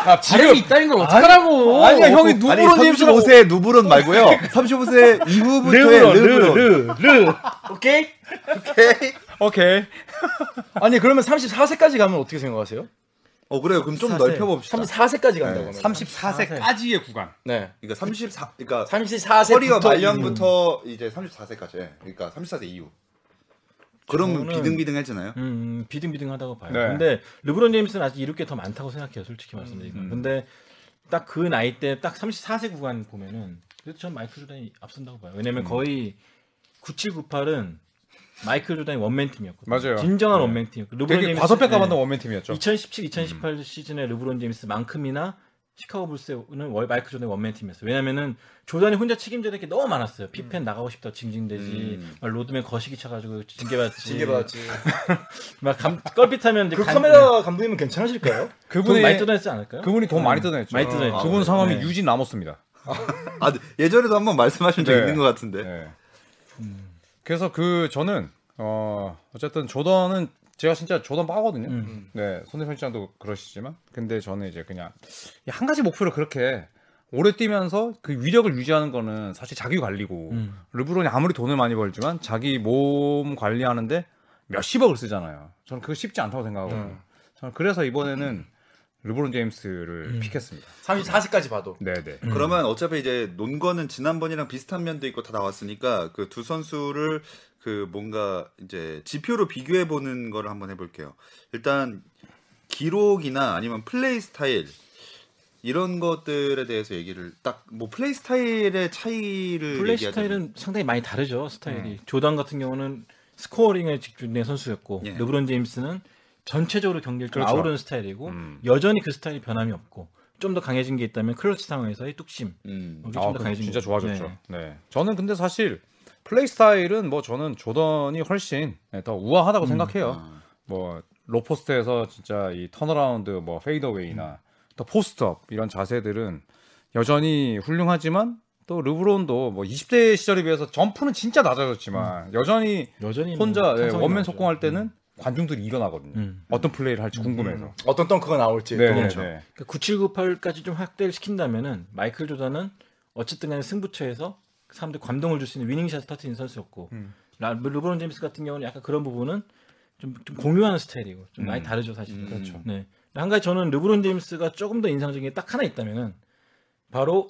Speaker 4: 아, 지금
Speaker 3: 따인 걸 어떡하라고
Speaker 4: 아니야 형이
Speaker 1: 아니
Speaker 4: 누브론 제임스라고
Speaker 1: 35세 누브론 (laughs) 말고요. 35세 이후부터의 르브론.
Speaker 3: 르르 오케이
Speaker 1: 오케이.
Speaker 4: 오케이.
Speaker 2: 아니 그러면 34세까지 가면 어떻게 생각하세요?
Speaker 1: 어 그래요. 그럼 좀
Speaker 3: 34세.
Speaker 1: 넓혀봅시다. 아,
Speaker 2: 34세까지 간다고 하면
Speaker 4: 34세까지의 구간.
Speaker 2: 네
Speaker 1: 그러니까 34. 그러니까
Speaker 2: 34세
Speaker 1: 커리어 말년부터 이제 34세까지. 예. 그러니까 34세 이후. 그럼
Speaker 3: 저는-
Speaker 1: 비등비등했잖아요.
Speaker 3: 음, 비등비등하다고 봐요.
Speaker 4: 네.
Speaker 3: 근데 르브론 제임스는 아직 이렇게 더 많다고 생각해요, 솔직히 말씀드리면.
Speaker 4: 음.
Speaker 3: 근데 딱 그 나이 때 딱 34세 구간 보면은 그래도 전 마이클 조던이 앞선다고 봐요. 왜냐면
Speaker 4: 음.
Speaker 3: 거의 97, 98은 마이클 조던이 원맨 팀이었거든요.
Speaker 4: 맞아요.
Speaker 3: 진정한
Speaker 4: 네.
Speaker 3: 원맨 팀이었고 르브론
Speaker 4: 되게
Speaker 3: 제임스-
Speaker 4: 과소평가받는
Speaker 3: 네.
Speaker 4: 원맨 팀이었죠.
Speaker 3: 2017, 2018 시즌에 르브론 제임스만큼이나 시카고 불스는 월 마이클 조던의 원맨 팀이었어요. 왜냐면은 조던이 혼자 책임져야 게 너무 많았어요. 피펜 나가고 싶다 징징대지,
Speaker 1: 음.
Speaker 3: 막 로드맨 거시기 차가지고 징계받지,
Speaker 2: 징계받았지
Speaker 3: 막 감, 껄빛하면 이제
Speaker 2: 그
Speaker 3: 예. 간-
Speaker 2: 카메라 감독님은 괜찮으실까요?
Speaker 3: 돈 많이
Speaker 4: 그분의
Speaker 3: 뜯어냈지 않을까요?
Speaker 4: 그분이 돈 많이 뜯어냈죠.
Speaker 3: 많이 뜯어냈죠.
Speaker 4: 그분 성함이
Speaker 3: 네.
Speaker 4: 유진 라모스입니다.
Speaker 1: 아 예전에도 한번 말씀하신 적
Speaker 4: 네.
Speaker 1: 있는 것 같은데.
Speaker 4: 네. 그래서 그 저는 어 어쨌든 조던은 제가 진짜 조던 빠거든요.
Speaker 3: 음.
Speaker 4: 네, 손대 편집장도 그러시지만 근데 저는 이제 그냥 이한 가지 목표를 그렇게 오래 뛰면서 그 위력을 유지하는 거는 사실 자기 관리고
Speaker 3: 음.
Speaker 4: 르브론이 아무리 돈을 많이 벌지만 자기 몸 관리하는데 몇십억을 쓰잖아요. 저는 그거 쉽지 않다고 생각하거든요. 저는 그래서 이번에는 르브론 제임스를 음. 픽했습니다.
Speaker 2: 34세까지 봐도
Speaker 4: 네, 네.
Speaker 1: 음. 그러면 어차피 이제 논거는 지난번이랑 비슷한 면도 있고 다 나왔으니까 그 두 선수를 그 뭔가 이제 지표로 비교해 보는 걸 한번 해볼게요. 일단 기록이나 아니면 플레이 스타일 이런 것들에 대해서 얘기를 딱 뭐 플레이 스타일의 차이를
Speaker 3: 플레이
Speaker 1: 그 얘기하자면-
Speaker 3: 스타일은 상당히 많이 다르죠 스타일이 조던 같은 경우는 스코어링에 집중된 선수였고
Speaker 1: 예.
Speaker 3: 르브론 제임스는 전체적으로 경기를 좀
Speaker 4: 그렇죠.
Speaker 3: 아우르는 스타일이고
Speaker 4: 음.
Speaker 3: 여전히 그 스타일이 변함이 없고 좀 더 강해진 게 있다면 클러치 상황에서의 뚝심
Speaker 1: 음.
Speaker 3: 뭐 이게
Speaker 4: 아,
Speaker 3: 좀더
Speaker 4: 그럼
Speaker 3: 강해진
Speaker 4: 진짜
Speaker 3: 거죠.
Speaker 4: 좋아졌죠.
Speaker 3: 네.
Speaker 4: 네. 저는 근데 사실 플레이 스타일은 뭐 저는 조던이 훨씬 네, 더
Speaker 3: 음,
Speaker 4: 우아하다고 생각해요.
Speaker 1: 아.
Speaker 4: 뭐 로포스트에서 진짜 이 턴어라운드
Speaker 3: 음.
Speaker 4: 뭐 페이더웨이나 또 포스트업 이런 자세들은 여전히 훌륭하지만 또 르브론도 뭐 20대 시절에 비해서 점프는 진짜 낮아졌지만 여전히
Speaker 3: 여전히 뭐
Speaker 4: 혼자 예,
Speaker 3: 상상이
Speaker 4: 원맨
Speaker 3: 음. 나오죠.
Speaker 4: 속공할 때는 관중들이 일어나거든요.
Speaker 3: 음.
Speaker 4: 어떤 플레이를 할지 궁금해서.
Speaker 2: 음. 어떤 덩크가 나올지.
Speaker 4: 네,
Speaker 2: 또.
Speaker 4: 네, 네.
Speaker 3: 그러니까 9798까지 좀 확대를 시킨다면은 마이클 조단은 어쨌든 간에 승부처에서 사람들 감동을 줄 수 있는 위닝샷을 터트린 선수였고
Speaker 4: 음.
Speaker 3: 라- 뭐 르브론 제임스 같은 경우는 약간 그런 부분은 좀, 좀 공유하는 스타일이고 좀 많이 다르죠 사실.
Speaker 1: 음. 그렇죠.
Speaker 3: 네. 한 가지 저는 르브론 제임스가 조금 더 인상적인 게 딱 하나 있다면은 바로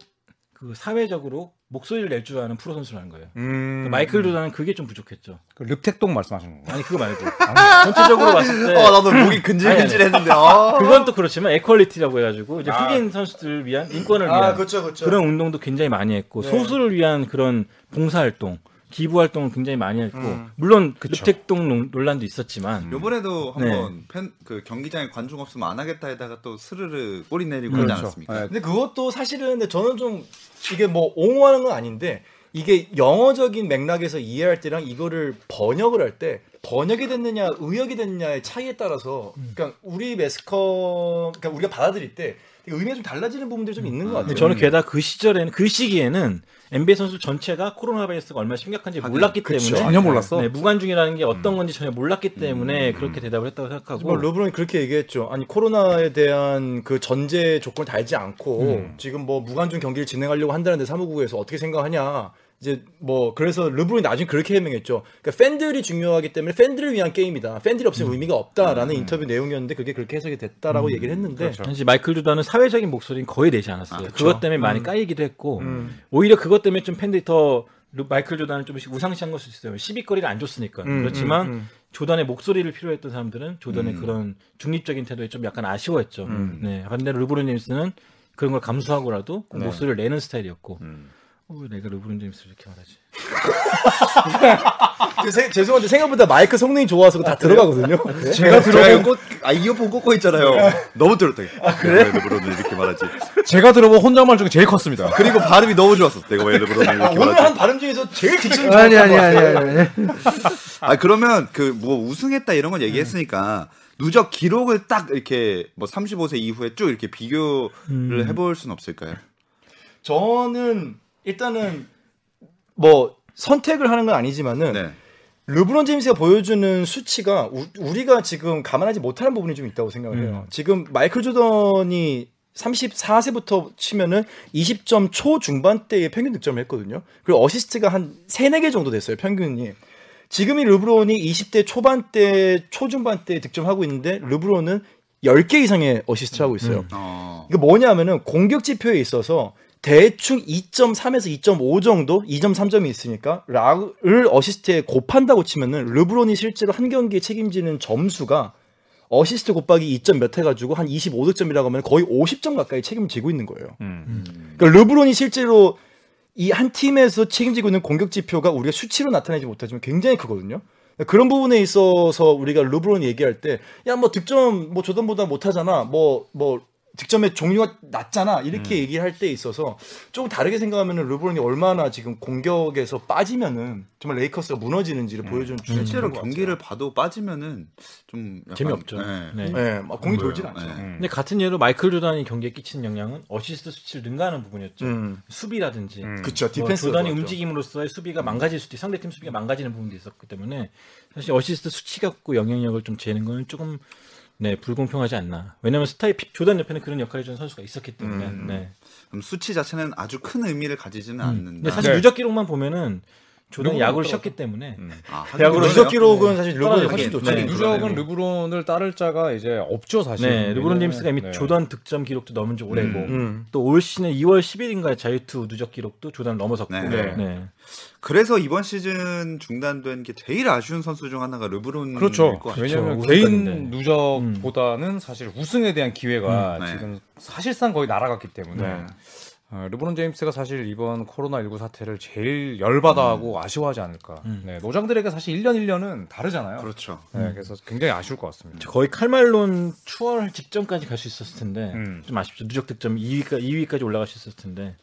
Speaker 3: 그 사회적으로 목소리를 낼 줄 아는 프로 선수라는 거예요. 그러니까
Speaker 4: 음.
Speaker 3: 마이클 조단은 그게 좀 부족했죠.
Speaker 4: 그 릅택동 말씀하시는 건가요?
Speaker 3: 아니 그거 말고
Speaker 4: (laughs)
Speaker 3: 전체적으로 봤을 때
Speaker 1: 어 나도 목이 근질근질했는데. 어.
Speaker 3: 그건 또 그렇지만 에퀄리티라고 해가지고 이제
Speaker 4: 아.
Speaker 3: 흑인 선수들을 위한 인권을 위한
Speaker 1: 아 그렇죠 네. 그렇죠.
Speaker 3: 그런 운동도 굉장히 많이 했고 소수를 위한 그런 봉사활동, 기부활동을 굉장히 많이 했고
Speaker 1: 음.
Speaker 3: 물론 르택동 논- 논란도 있었지만
Speaker 1: 요번에도
Speaker 3: 네.
Speaker 1: 한번 팬 그 경기장에 관중 없으면 안 하겠다 해다가 또 스르르 꼬리 내리고 하지
Speaker 4: 그렇죠.
Speaker 1: 않았습니까?
Speaker 4: 예.
Speaker 2: 근데 그것도 사실은 근데 저는 좀 이게 뭐 옹호하는 건 아닌데 이게 영어적인 맥락에서 이해할 때랑 이거를 번역을 할 때 번역이 됐느냐 의역이 됐느냐의 차이에 따라서 그러니까 우리 매스컴 그러니까 우리가 받아들일 때 되게 의미가 좀 달라지는 부분들이 좀 있는 것 같아요.
Speaker 3: 근데
Speaker 1: 음.
Speaker 3: 저는 게다가 그 시절에는 그 시기에는 NBA 선수 전체가 코로나 바이러스가 얼마나 심각한지 몰랐기 때문에
Speaker 4: 전혀 몰랐어.
Speaker 3: 네, 무관중이라는 게
Speaker 1: 음.
Speaker 3: 어떤 건지 전혀 몰랐기 때문에 그렇게 대답을 했다고 생각하고
Speaker 2: 뭐 르브론이 그렇게 얘기했죠. 아니 코로나에 대한 그 전제 조건을 달지 않고 지금 뭐 무관중 경기를 진행하려고 한다는데 사무국에서 어떻게 생각하냐. 이제 뭐 그래서 르브론이 나중에 그렇게 해명했죠. 그러니까 팬들이 중요하기 때문에 팬들을 위한 게임이다. 팬들이 없으면 의미가 없다라는 인터뷰 내용이었는데 그게 그렇게 해석이 됐다라고 얘기를 했는데
Speaker 3: 사실 그렇죠. 마이클 조단은 사회적인 목소리는 거의 내지 않았어요. 그것 때문에 많이 까이기도 했고 오히려 그것 때문에 좀 팬들이 더 르- 마이클 조단을 좀씩 우상시한 걸 수도 있어요. 시비거리를 안 줬으니까. 그렇지만 조단의 목소리를 필요했던 사람들은 조단의 그런 중립적인 태도에 좀 약간 아쉬워했죠. 네. 반대로 르브론 제임스는 그런 걸 감수하고라도 꼭 목소리를 내는 스타일이었고. 어, 왜 내가 르브론 제임스를 이렇게 말하지.
Speaker 2: 아, 그 세- 죄송한데 생각보다 마이크 성능이 좋아서 다 들어가거든요.
Speaker 1: 제가 들어본 꽃아 이어폰 꽂고 있잖아요. 너무 들었다. 아, 그래? 왜 르브론을 이렇게 말하지?
Speaker 4: 제가 들어본 혼잣말 중에 제일 컸습니다.
Speaker 1: 그리고 발음이 너무 좋았어. 내가 왜 르브론을
Speaker 2: 아,
Speaker 1: 이렇게
Speaker 2: 오늘
Speaker 1: 말하지?
Speaker 2: 한 발음 중에서 제일 딕션이 좋았던
Speaker 5: 아니
Speaker 2: 것
Speaker 5: 아니 아니
Speaker 2: 같아요.
Speaker 5: 아니.
Speaker 3: 음.
Speaker 5: 아니.
Speaker 1: 아 그러면 그 뭐 우승했다 이런 건 얘기했으니까 누적 기록을 딱 이렇게 뭐 35세 이후에 쭉 이렇게 비교를 해볼 순 없을까요?
Speaker 2: 저는 일단은 뭐 선택을 하는 건 아니지만은
Speaker 1: 네.
Speaker 2: 르브론 제임스가 보여주는 수치가 우, 리가 지금 감안하지 못하는 부분이 좀 있다고 생각을 해요. 지금 마이클 조던이 34세부터 치면은 20점 초 중반대에 평균 득점을 했거든요. 그리고 어시스트가 한 3, 4개 정도 됐어요, 평균이. 지금이 르브론이 20대 초반대, 초중반대에 득점하고 있는데 르브론은 10개 이상의 어시스트를 하고 있어요.
Speaker 1: 어.
Speaker 2: 이게 뭐냐면은 공격 지표에 있어서 대충 2.3에서 2.5 정도, 2.3점이 있으니까 라을 어시스트에 곱한다고 치면은 르브론이 실제로 한 경기에 책임지는 점수가 어시스트 곱하기 2점 몇 해가지고 한 25득점이라고 하면 거의 50점 가까이 책임지고 있는 거예요.
Speaker 4: 음.
Speaker 2: 그러니까 르브론이 실제로 이 한 팀에서 책임지고 있는 공격 지표가 우리가 수치로 나타내지 못하지만 굉장히 크거든요. 그런 부분에 있어서 우리가 르브론 얘기할 때, 야, 뭐 득점, 뭐 조던보다 못하잖아. 뭐, 뭐, 득점의 종류가 낮잖아. 이렇게 얘기할 때 있어서 조금 다르게 생각하면 르브론이 얼마나 지금 공격에서 빠지면은 정말 레이커스가 무너지는지를 보여주는 주제인
Speaker 1: 실제로
Speaker 2: 음, 것
Speaker 1: 경기를 봐도 빠지면은 좀 약간,
Speaker 3: 재미없죠.
Speaker 1: 네.
Speaker 3: 네.
Speaker 2: 같아요. 예, 막 공이 돌진 않죠.
Speaker 1: 네.
Speaker 3: 근데 같은 예로 마이클 조단이 경기에 끼치는 영향은 어시스트 수치를 능가하는 부분이었죠.
Speaker 2: 음.
Speaker 3: 수비라든지
Speaker 2: 그쵸,
Speaker 3: 뭐
Speaker 2: 어, 디펜스.
Speaker 3: 조단이
Speaker 2: 음.
Speaker 3: 움직임으로써의 수비가 망가질 수도 있고 상대팀 수비가 망가지는 부분도 있었기 때문에 사실 어시스트 수치 갖고 영향력을 좀 재는 거는 조금 네 불공평하지 않나 왜냐하면 스타의 피- 조단 옆에는 그런 역할을 주는 선수가 있었기 때문에
Speaker 2: 음.
Speaker 3: 네.
Speaker 1: 그럼 수치 자체는 아주 큰 의미를 가지지는
Speaker 3: 근데
Speaker 2: 아,
Speaker 1: 않는다.
Speaker 3: 사실
Speaker 4: 네.
Speaker 3: 누적 기록만 보면은 조단이 야구를 쉬었기 때문에
Speaker 1: 아,
Speaker 3: 대학으로
Speaker 2: 음. 누적 기록은 사실 르브론이
Speaker 3: 떨어져요.
Speaker 2: 훨씬 좋죠.
Speaker 3: 네.
Speaker 4: 유적은 르브론을 따를 자가 이제 없죠 사실.
Speaker 3: 네, 르브론 제임스가 이미
Speaker 4: 네.
Speaker 3: 조단 득점 기록도 넘은 지 오래고
Speaker 2: 음.
Speaker 3: 또 올 시즌 2월 10일인가에 자유투 누적 기록도 조단을 넘어섰고
Speaker 1: 네.
Speaker 4: 네.
Speaker 3: 네.
Speaker 1: 그래서 이번 시즌 중단된 게 제일 아쉬운 선수 중 하나가 르브론일
Speaker 4: 그렇죠.
Speaker 1: 것 같아요.
Speaker 4: 왜냐하면
Speaker 3: 그렇죠.
Speaker 4: 개인
Speaker 3: 우승까지인데.
Speaker 4: 누적보다는 사실 우승에 대한 기회가
Speaker 1: 음, 네.
Speaker 4: 지금 사실상 거의 날아갔기 때문에 어, 르브론 제임스가 사실 이번 코로나19 사태를 제일 열받아하고 아쉬워하지 않을까. 네, 노장들에게 사실 1년 1년은 다르잖아요.
Speaker 1: 그렇죠.
Speaker 4: 네, 그래서 굉장히 아쉬울 것 같습니다.
Speaker 3: 거의 칼말론 추월 직전까지 갈 수 있었을 텐데
Speaker 4: 음.
Speaker 3: 좀 아쉽죠. 누적 득점 2위까, 2위까지 올라갈 수 있었을 텐데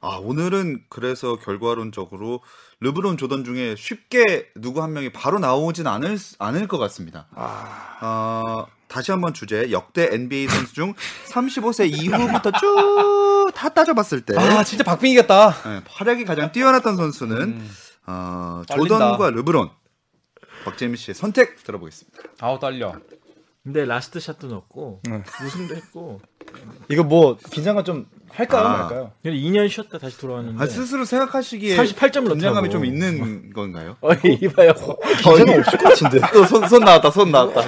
Speaker 1: 아 오늘은 그래서 결과론적으로 르브론 조던 중에 쉽게 누구 한 명이 바로 나오진 않을 수- 않을 것 같습니다. 아, 어, 다시 한번 주제 역대 NBA 선수 중 35세 이후부터 쭉 다 따져봤을 때
Speaker 4: 아 진짜 박빙이 같다.
Speaker 1: 네, 활약이 가장 뛰어났던 선수는
Speaker 2: 음.
Speaker 1: 어,
Speaker 4: 떨린다.
Speaker 1: 조던과 르브론. 박재민 씨의 선택 들어보겠습니다.
Speaker 4: 아우 딸려.
Speaker 3: 근데 라스트 샷도 넣었고
Speaker 1: 네.
Speaker 3: 우승도 했고
Speaker 2: 이거 뭐 긴장감 좀 할까요
Speaker 1: 아.
Speaker 2: 말까요?
Speaker 3: 근데 2년 쉬었다 다시 돌아왔는데
Speaker 1: 아,
Speaker 2: 네.
Speaker 1: 스스로 생각하시기에
Speaker 3: 38점을
Speaker 1: 긴장감이
Speaker 3: 넣더라고.
Speaker 1: 좀 있는 건가요?
Speaker 2: 어 이봐요. 긴장감 없을 것 같은데.
Speaker 1: 또손 손 나왔다 손 나왔다.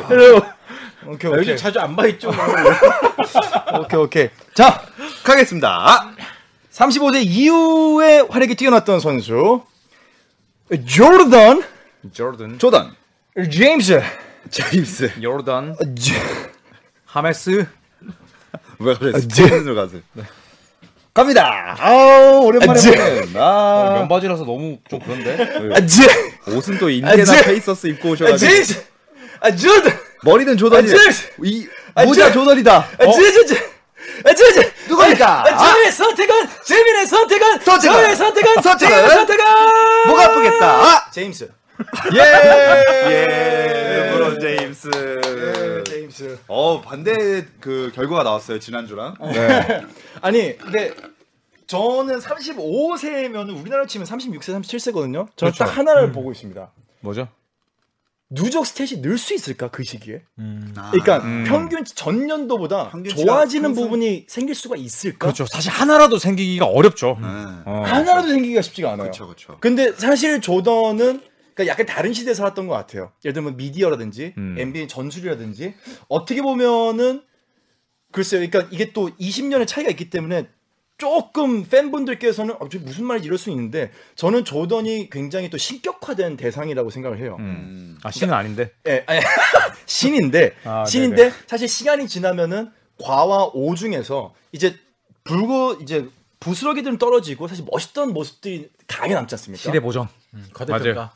Speaker 2: 오케이
Speaker 3: 아, 요즘
Speaker 2: 오케이
Speaker 3: 자주 안 봐있죠.
Speaker 2: (laughs) 오케이 오케이. 자
Speaker 1: 가겠습니다.
Speaker 2: 35대 이후에 활약이 뛰어났던 선수 조던
Speaker 4: 조던.
Speaker 1: 조던,
Speaker 2: 제임스
Speaker 1: 제임스. (laughs)
Speaker 4: 요르단.
Speaker 2: 제-
Speaker 4: 하메스.
Speaker 1: 왜 그랬어?
Speaker 2: 제-
Speaker 1: 제임스로 가세요.
Speaker 2: 네.
Speaker 1: 갑니다. 아우 오랜만에
Speaker 2: 제-
Speaker 1: 보는. 아,
Speaker 4: 면바지라서 너무 좀 그런데.
Speaker 2: 아, 제-
Speaker 1: 옷은 또
Speaker 2: 아,
Speaker 1: 인디애나
Speaker 2: 제-
Speaker 1: 페이서스 입고
Speaker 2: 아,
Speaker 1: 오셔가지고
Speaker 2: 제임스 아 조던
Speaker 1: 머리는
Speaker 2: 아
Speaker 1: 네. 조던이.
Speaker 2: 제임스
Speaker 1: 이
Speaker 2: 아,
Speaker 1: 모자
Speaker 2: 제-
Speaker 1: 조던이다.
Speaker 2: 아 제임스 아 제임스
Speaker 1: 누구니까?
Speaker 2: 아, 재민의 선택은 재민의 선택은
Speaker 1: 선택은?
Speaker 2: 저의 선택은
Speaker 1: 선택은?
Speaker 2: 재민의 선택은
Speaker 1: 뭐가 아프겠다. 아!
Speaker 2: 제임스
Speaker 1: 예! 예! 르브론
Speaker 2: 네,
Speaker 1: 제임스.
Speaker 2: 제임스
Speaker 1: 어 반대 그 결과가 나왔어요 지난주랑.
Speaker 2: 아니 근데 저는 35세면 우리나라 치면 36세 37세거든요 저는
Speaker 4: 그렇죠.
Speaker 2: 딱 하나를 보고 있습니다
Speaker 4: 뭐죠?
Speaker 2: 누적 스탯이 늘 수 있을까 그 시기에
Speaker 1: 아,
Speaker 2: 그러니까
Speaker 4: 음.
Speaker 2: 평균 전년도보다
Speaker 1: 평균치가
Speaker 2: 좋아지는
Speaker 1: 항상-
Speaker 2: 부분이 생길 수가 있을까
Speaker 4: 그렇죠. 사실 하나라도 생기기가 어렵죠.
Speaker 1: 네.
Speaker 4: 어.
Speaker 2: 하나라도 생기기가 쉽지가 않아요
Speaker 1: 그렇죠 그렇죠.
Speaker 2: 근데 사실 조던은 그러니까 약간 다른 시대에 살았던 것 같아요. 예를 들면 미디어라든지
Speaker 4: 음.
Speaker 2: NBA 전술이라든지 어떻게 보면은 글쎄요. 그러니까 이게 또 20년의 차이가 있기 때문에 조금 팬분들께서는 어, 저 무슨 말인지 이럴 수 있는데 저는 조던이 굉장히 또 신격화된 대상이라고 생각을 해요.
Speaker 4: 음. 아 신은 아닌데.
Speaker 2: 예, 아니, (laughs) 신인데
Speaker 4: 아,
Speaker 2: 신인데 사실 시간이 지나면은 과와 오 중에서 이제 불고 이제 부스러기들은 떨어지고 사실 멋있던 모습들이 강하게 남지 않습니까?
Speaker 4: 시대 보정.
Speaker 3: 거대평가.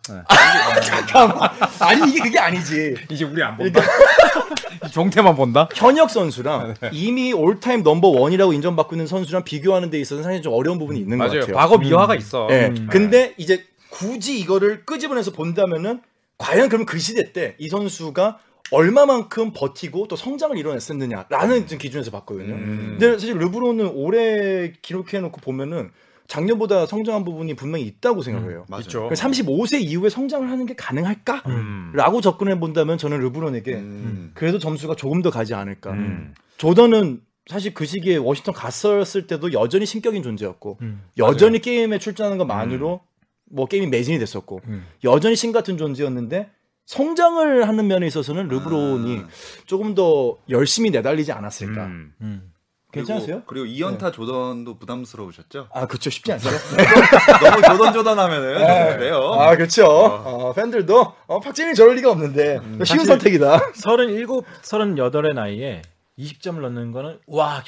Speaker 2: 잠깐만. (laughs) 아니 이게 그게 아니지.
Speaker 4: 이제 우리 안 본다. (laughs) 이 종태만 본다.
Speaker 2: 현역 선수랑 이미 올타임 넘버 원이라고 인정받고 있는 선수랑 비교하는 데 있어서 상당히 좀 어려운 부분이 있는 것
Speaker 4: 맞아요.
Speaker 2: 같아요.
Speaker 4: 과거 미화가 있어.
Speaker 2: 예.
Speaker 4: 음.
Speaker 2: 근데 이제 굳이 이거를 끄집어내서 본다면은 과연 그럼 그 시대 때 이 선수가 얼마만큼 버티고 또 성장을
Speaker 4: 음.
Speaker 2: 이뤄냈었느냐라는 지금 기준에서 봤거든요. 근데 사실 르브론은 올해 기록해놓고 보면은 작년보다 성장한 부분이 분명히 있다고 생각해요.
Speaker 1: 맞아요.
Speaker 4: 있죠.
Speaker 2: 그럼 35세 이후에 성장을 하는 게 가능할까?
Speaker 4: 음.
Speaker 2: 라고 접근해 본다면 저는 르브론에게
Speaker 1: 음.
Speaker 2: 그래도 점수가 조금 더 가지 않을까.
Speaker 4: 음.
Speaker 2: 조던은 사실 그 시기에 워싱턴 갔었을 때도 여전히 신격인 존재였고
Speaker 3: 음.
Speaker 2: 여전히 게임에 출전하는 것만으로 뭐 게임이 매진이 됐었고
Speaker 3: 음.
Speaker 2: 여전히 신 같은 존재였는데 성장을 하는 면에 있어서는 르브론이
Speaker 1: 아.
Speaker 2: 조금 더 열심히 내달리지 않았을까.
Speaker 4: 음.
Speaker 3: 음.
Speaker 2: 괜찮으세요?
Speaker 1: 그리고, 그리고 이연타 조던도 부담스러우셨죠?
Speaker 2: 아 그렇죠 쉽지 않죠.
Speaker 1: 너무 조던 조던 하면은 좀 그래요.
Speaker 2: 아 그렇죠. 어, 음. 팬들도 어, 박재민 저럴 리가 없는데 쉬운
Speaker 3: 사실-
Speaker 2: 선택이다.
Speaker 3: 37, 38의 나이에 20점을 넣는 거는 와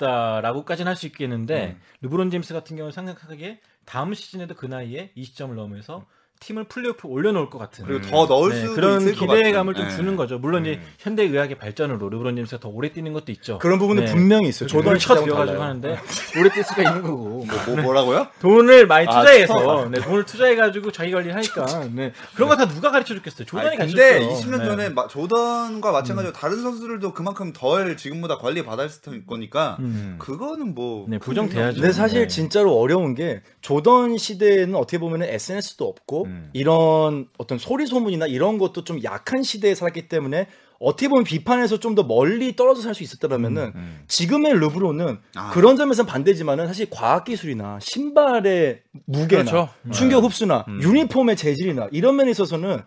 Speaker 3: 경이롭다라고까지는 할 수 있겠는데
Speaker 1: 음.
Speaker 3: 르브론 제임스 같은 경우는 생각하기에 다음 시즌에도 그 나이에 20점을 넣으면서 팀을 플레이오프 올려놓을 것 같은
Speaker 1: 그리고 더 넣을
Speaker 3: 네,
Speaker 1: 수도
Speaker 3: 그런
Speaker 1: 있을 것 같은.
Speaker 3: 기대감을 좀
Speaker 1: 네.
Speaker 3: 주는 거죠. 물론 이제 현대 의학의 발전으로 르브론 제임스가 더 오래 뛰는 것도
Speaker 2: (laughs)
Speaker 3: 있죠.
Speaker 2: 그런 부분은
Speaker 3: 네.
Speaker 2: 분명히 있어요. 조던
Speaker 3: 돈을 쳐
Speaker 2: 시장은
Speaker 3: 들여가지고
Speaker 2: 달라요.
Speaker 3: 하는데 오래 뛸 수가 있는 거고
Speaker 1: 뭐, 뭐라고요
Speaker 3: 돈을 많이
Speaker 1: 아,
Speaker 3: 투자해서 네, 돈을 투자해가지고 자기 관리를 하니까 네. 그런 거 다 누가 가르쳐 줬겠어요. 조던이
Speaker 1: 아니,
Speaker 3: 가르쳐
Speaker 1: 근데
Speaker 3: 줬죠.
Speaker 1: 20년
Speaker 3: 네.
Speaker 1: 전에 마- 조던과 마찬가지로 다른 선수들도 그만큼 덜 지금보다 관리 받았을 거니까
Speaker 3: 음.
Speaker 1: 그거는 뭐
Speaker 3: 네,
Speaker 1: 큰
Speaker 3: 부정돼야죠.
Speaker 1: 문제는
Speaker 2: 근데 사실
Speaker 3: 네.
Speaker 2: 진짜로 어려운 게 조던 시대에는 어떻게 보면 SNS도 없고
Speaker 4: 음.
Speaker 2: 이런 어떤 소리 소문이나 이런 것도 좀 약한 시대에 살았기 때문에 어떻게 보면 비판에서 좀 더 멀리 떨어져 살 수 있었다면은
Speaker 4: 음.
Speaker 2: 지금의 르브론은
Speaker 1: 아.
Speaker 2: 그런 점에서 는 반대지만은 사실 과학 기술이나 신발의 무게나
Speaker 4: 그렇죠. 음.
Speaker 2: 충격 흡수나 유니폼의 재질이나 이런 면에 있어서는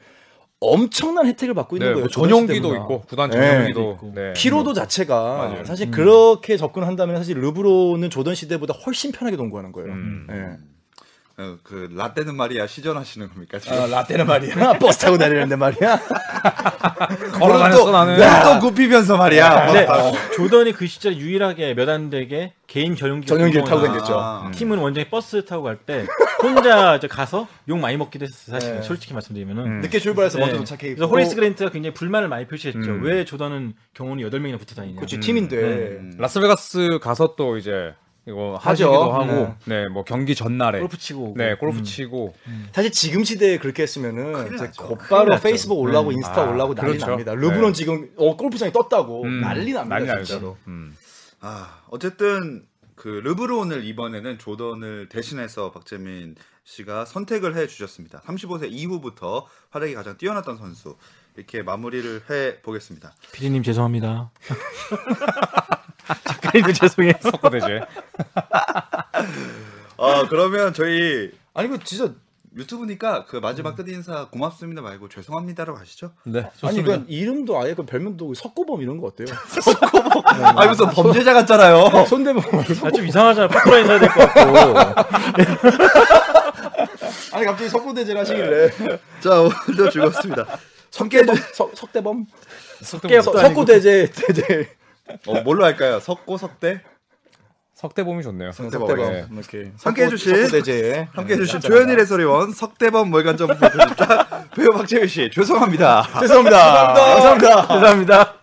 Speaker 2: 엄청난 혜택을 받고 있는
Speaker 4: 네,
Speaker 2: 거예요.
Speaker 4: 뭐
Speaker 2: 조던
Speaker 4: 전용기도
Speaker 2: 시대보다.
Speaker 4: 있고 구단
Speaker 2: 네.
Speaker 4: 전용기도 네.
Speaker 2: 피로도 자체가
Speaker 4: 맞아요.
Speaker 2: 사실 그렇게 접근한다면 사실 르브론은 조던 시대보다 훨씬 편하게 농구하는 거예요.
Speaker 4: 음.
Speaker 2: 예.
Speaker 1: 어, 그 라떼는 말이야 시전하시는 겁니까 지금?
Speaker 2: 라떼는 말이야. 버스 타고 다니는데 말이야.
Speaker 4: 걸어다녔어 나는. 네.
Speaker 1: 또 굽히면서 말이야.
Speaker 3: 근데 조던이 그 시절 유일하게 몇 안 되게 개인 전용기
Speaker 2: 전용기를 타고 다녔죠.
Speaker 1: 아.
Speaker 3: 팀은 원정에 버스 타고 갈 때 혼자 이제 가서 욕 많이 먹기도 했었어요. 사실
Speaker 2: 네.
Speaker 3: 솔직히 말씀드리면은.
Speaker 4: 음.
Speaker 2: 늦게 출발해서
Speaker 3: 네.
Speaker 2: 먼저 도착해.
Speaker 3: 그래서 호리스 그랜트가 굉장히 불만을 많이 표시했죠.
Speaker 4: 음.
Speaker 3: 왜 조던은 경우는 8명이나 붙어 다니냐.
Speaker 2: 그렇지 팀인데.
Speaker 1: 음.
Speaker 4: 라스베가스 가서 또 이제 이거
Speaker 2: 하죠.
Speaker 4: 하시기도 하고 네. 뭐 경기 전날에
Speaker 3: 골프 치고.
Speaker 4: 네 골프
Speaker 3: 음.
Speaker 4: 치고
Speaker 2: 네. 사실 지금 시대에 그렇게 했으면은 이제
Speaker 1: 났죠.
Speaker 2: 곧바로
Speaker 4: 났죠.
Speaker 2: 페이스북 올라오고
Speaker 4: 음.
Speaker 2: 인스타
Speaker 4: 아,
Speaker 2: 올라오고 난리
Speaker 4: 그렇죠.
Speaker 2: 납니다. 르브론 지금 어, 골프장에 떴다고
Speaker 4: 음,
Speaker 2: 난리 납니다.
Speaker 4: 난리 나죠.
Speaker 2: 진짜로.
Speaker 4: 음.
Speaker 1: 아 어쨌든 그 르브론을 이번에는 조던을 대신해서 박재민 씨가 선택을 해 주셨습니다. 35세 이후부터 활약이 가장 뛰어났던 선수 이렇게 마무리를 해 보겠습니다.
Speaker 3: 피디님 죄송합니다. (laughs) 작가님도 죄송해요.
Speaker 4: 섞어 대제.
Speaker 1: 아 그러면 저희
Speaker 2: 아니 그 진짜
Speaker 1: 유튜브니까 그 마지막
Speaker 3: 음.
Speaker 1: 끝 인사 고맙습니다 말고 죄송합니다라고 하시죠.
Speaker 4: 네.
Speaker 2: 아니 그 이름도 아예 그 별명도 석고범 이런 거 어때요?
Speaker 1: 아 무슨 범죄자 같잖아요.
Speaker 2: 손대범
Speaker 3: 아, 좀 이상하잖아. 파크라인 사야 될 것 같고.
Speaker 2: 아니 갑자기 석고대제를
Speaker 1: 네.
Speaker 2: 하시길래
Speaker 1: (laughs) 자 오늘도 즐거웠습니다.
Speaker 2: 석대범 석- 석대범
Speaker 3: 석대범.
Speaker 2: 석- 석고대제 대제
Speaker 1: 어, 뭘로 할까요? 석고 석대
Speaker 4: 석대범이 좋네요.
Speaker 1: 석대범. 네.
Speaker 4: 네.
Speaker 2: 뭐 이렇게
Speaker 1: 함께 네, 해주신-
Speaker 2: 석고대제
Speaker 1: 함께 해주신 조현일 해설위원 석대범 (laughs) 월간점 부탁드립니다. 배우 박재민 씨 죄송합니다.
Speaker 2: 죄송합니다. 감사합니다. 감사합니다.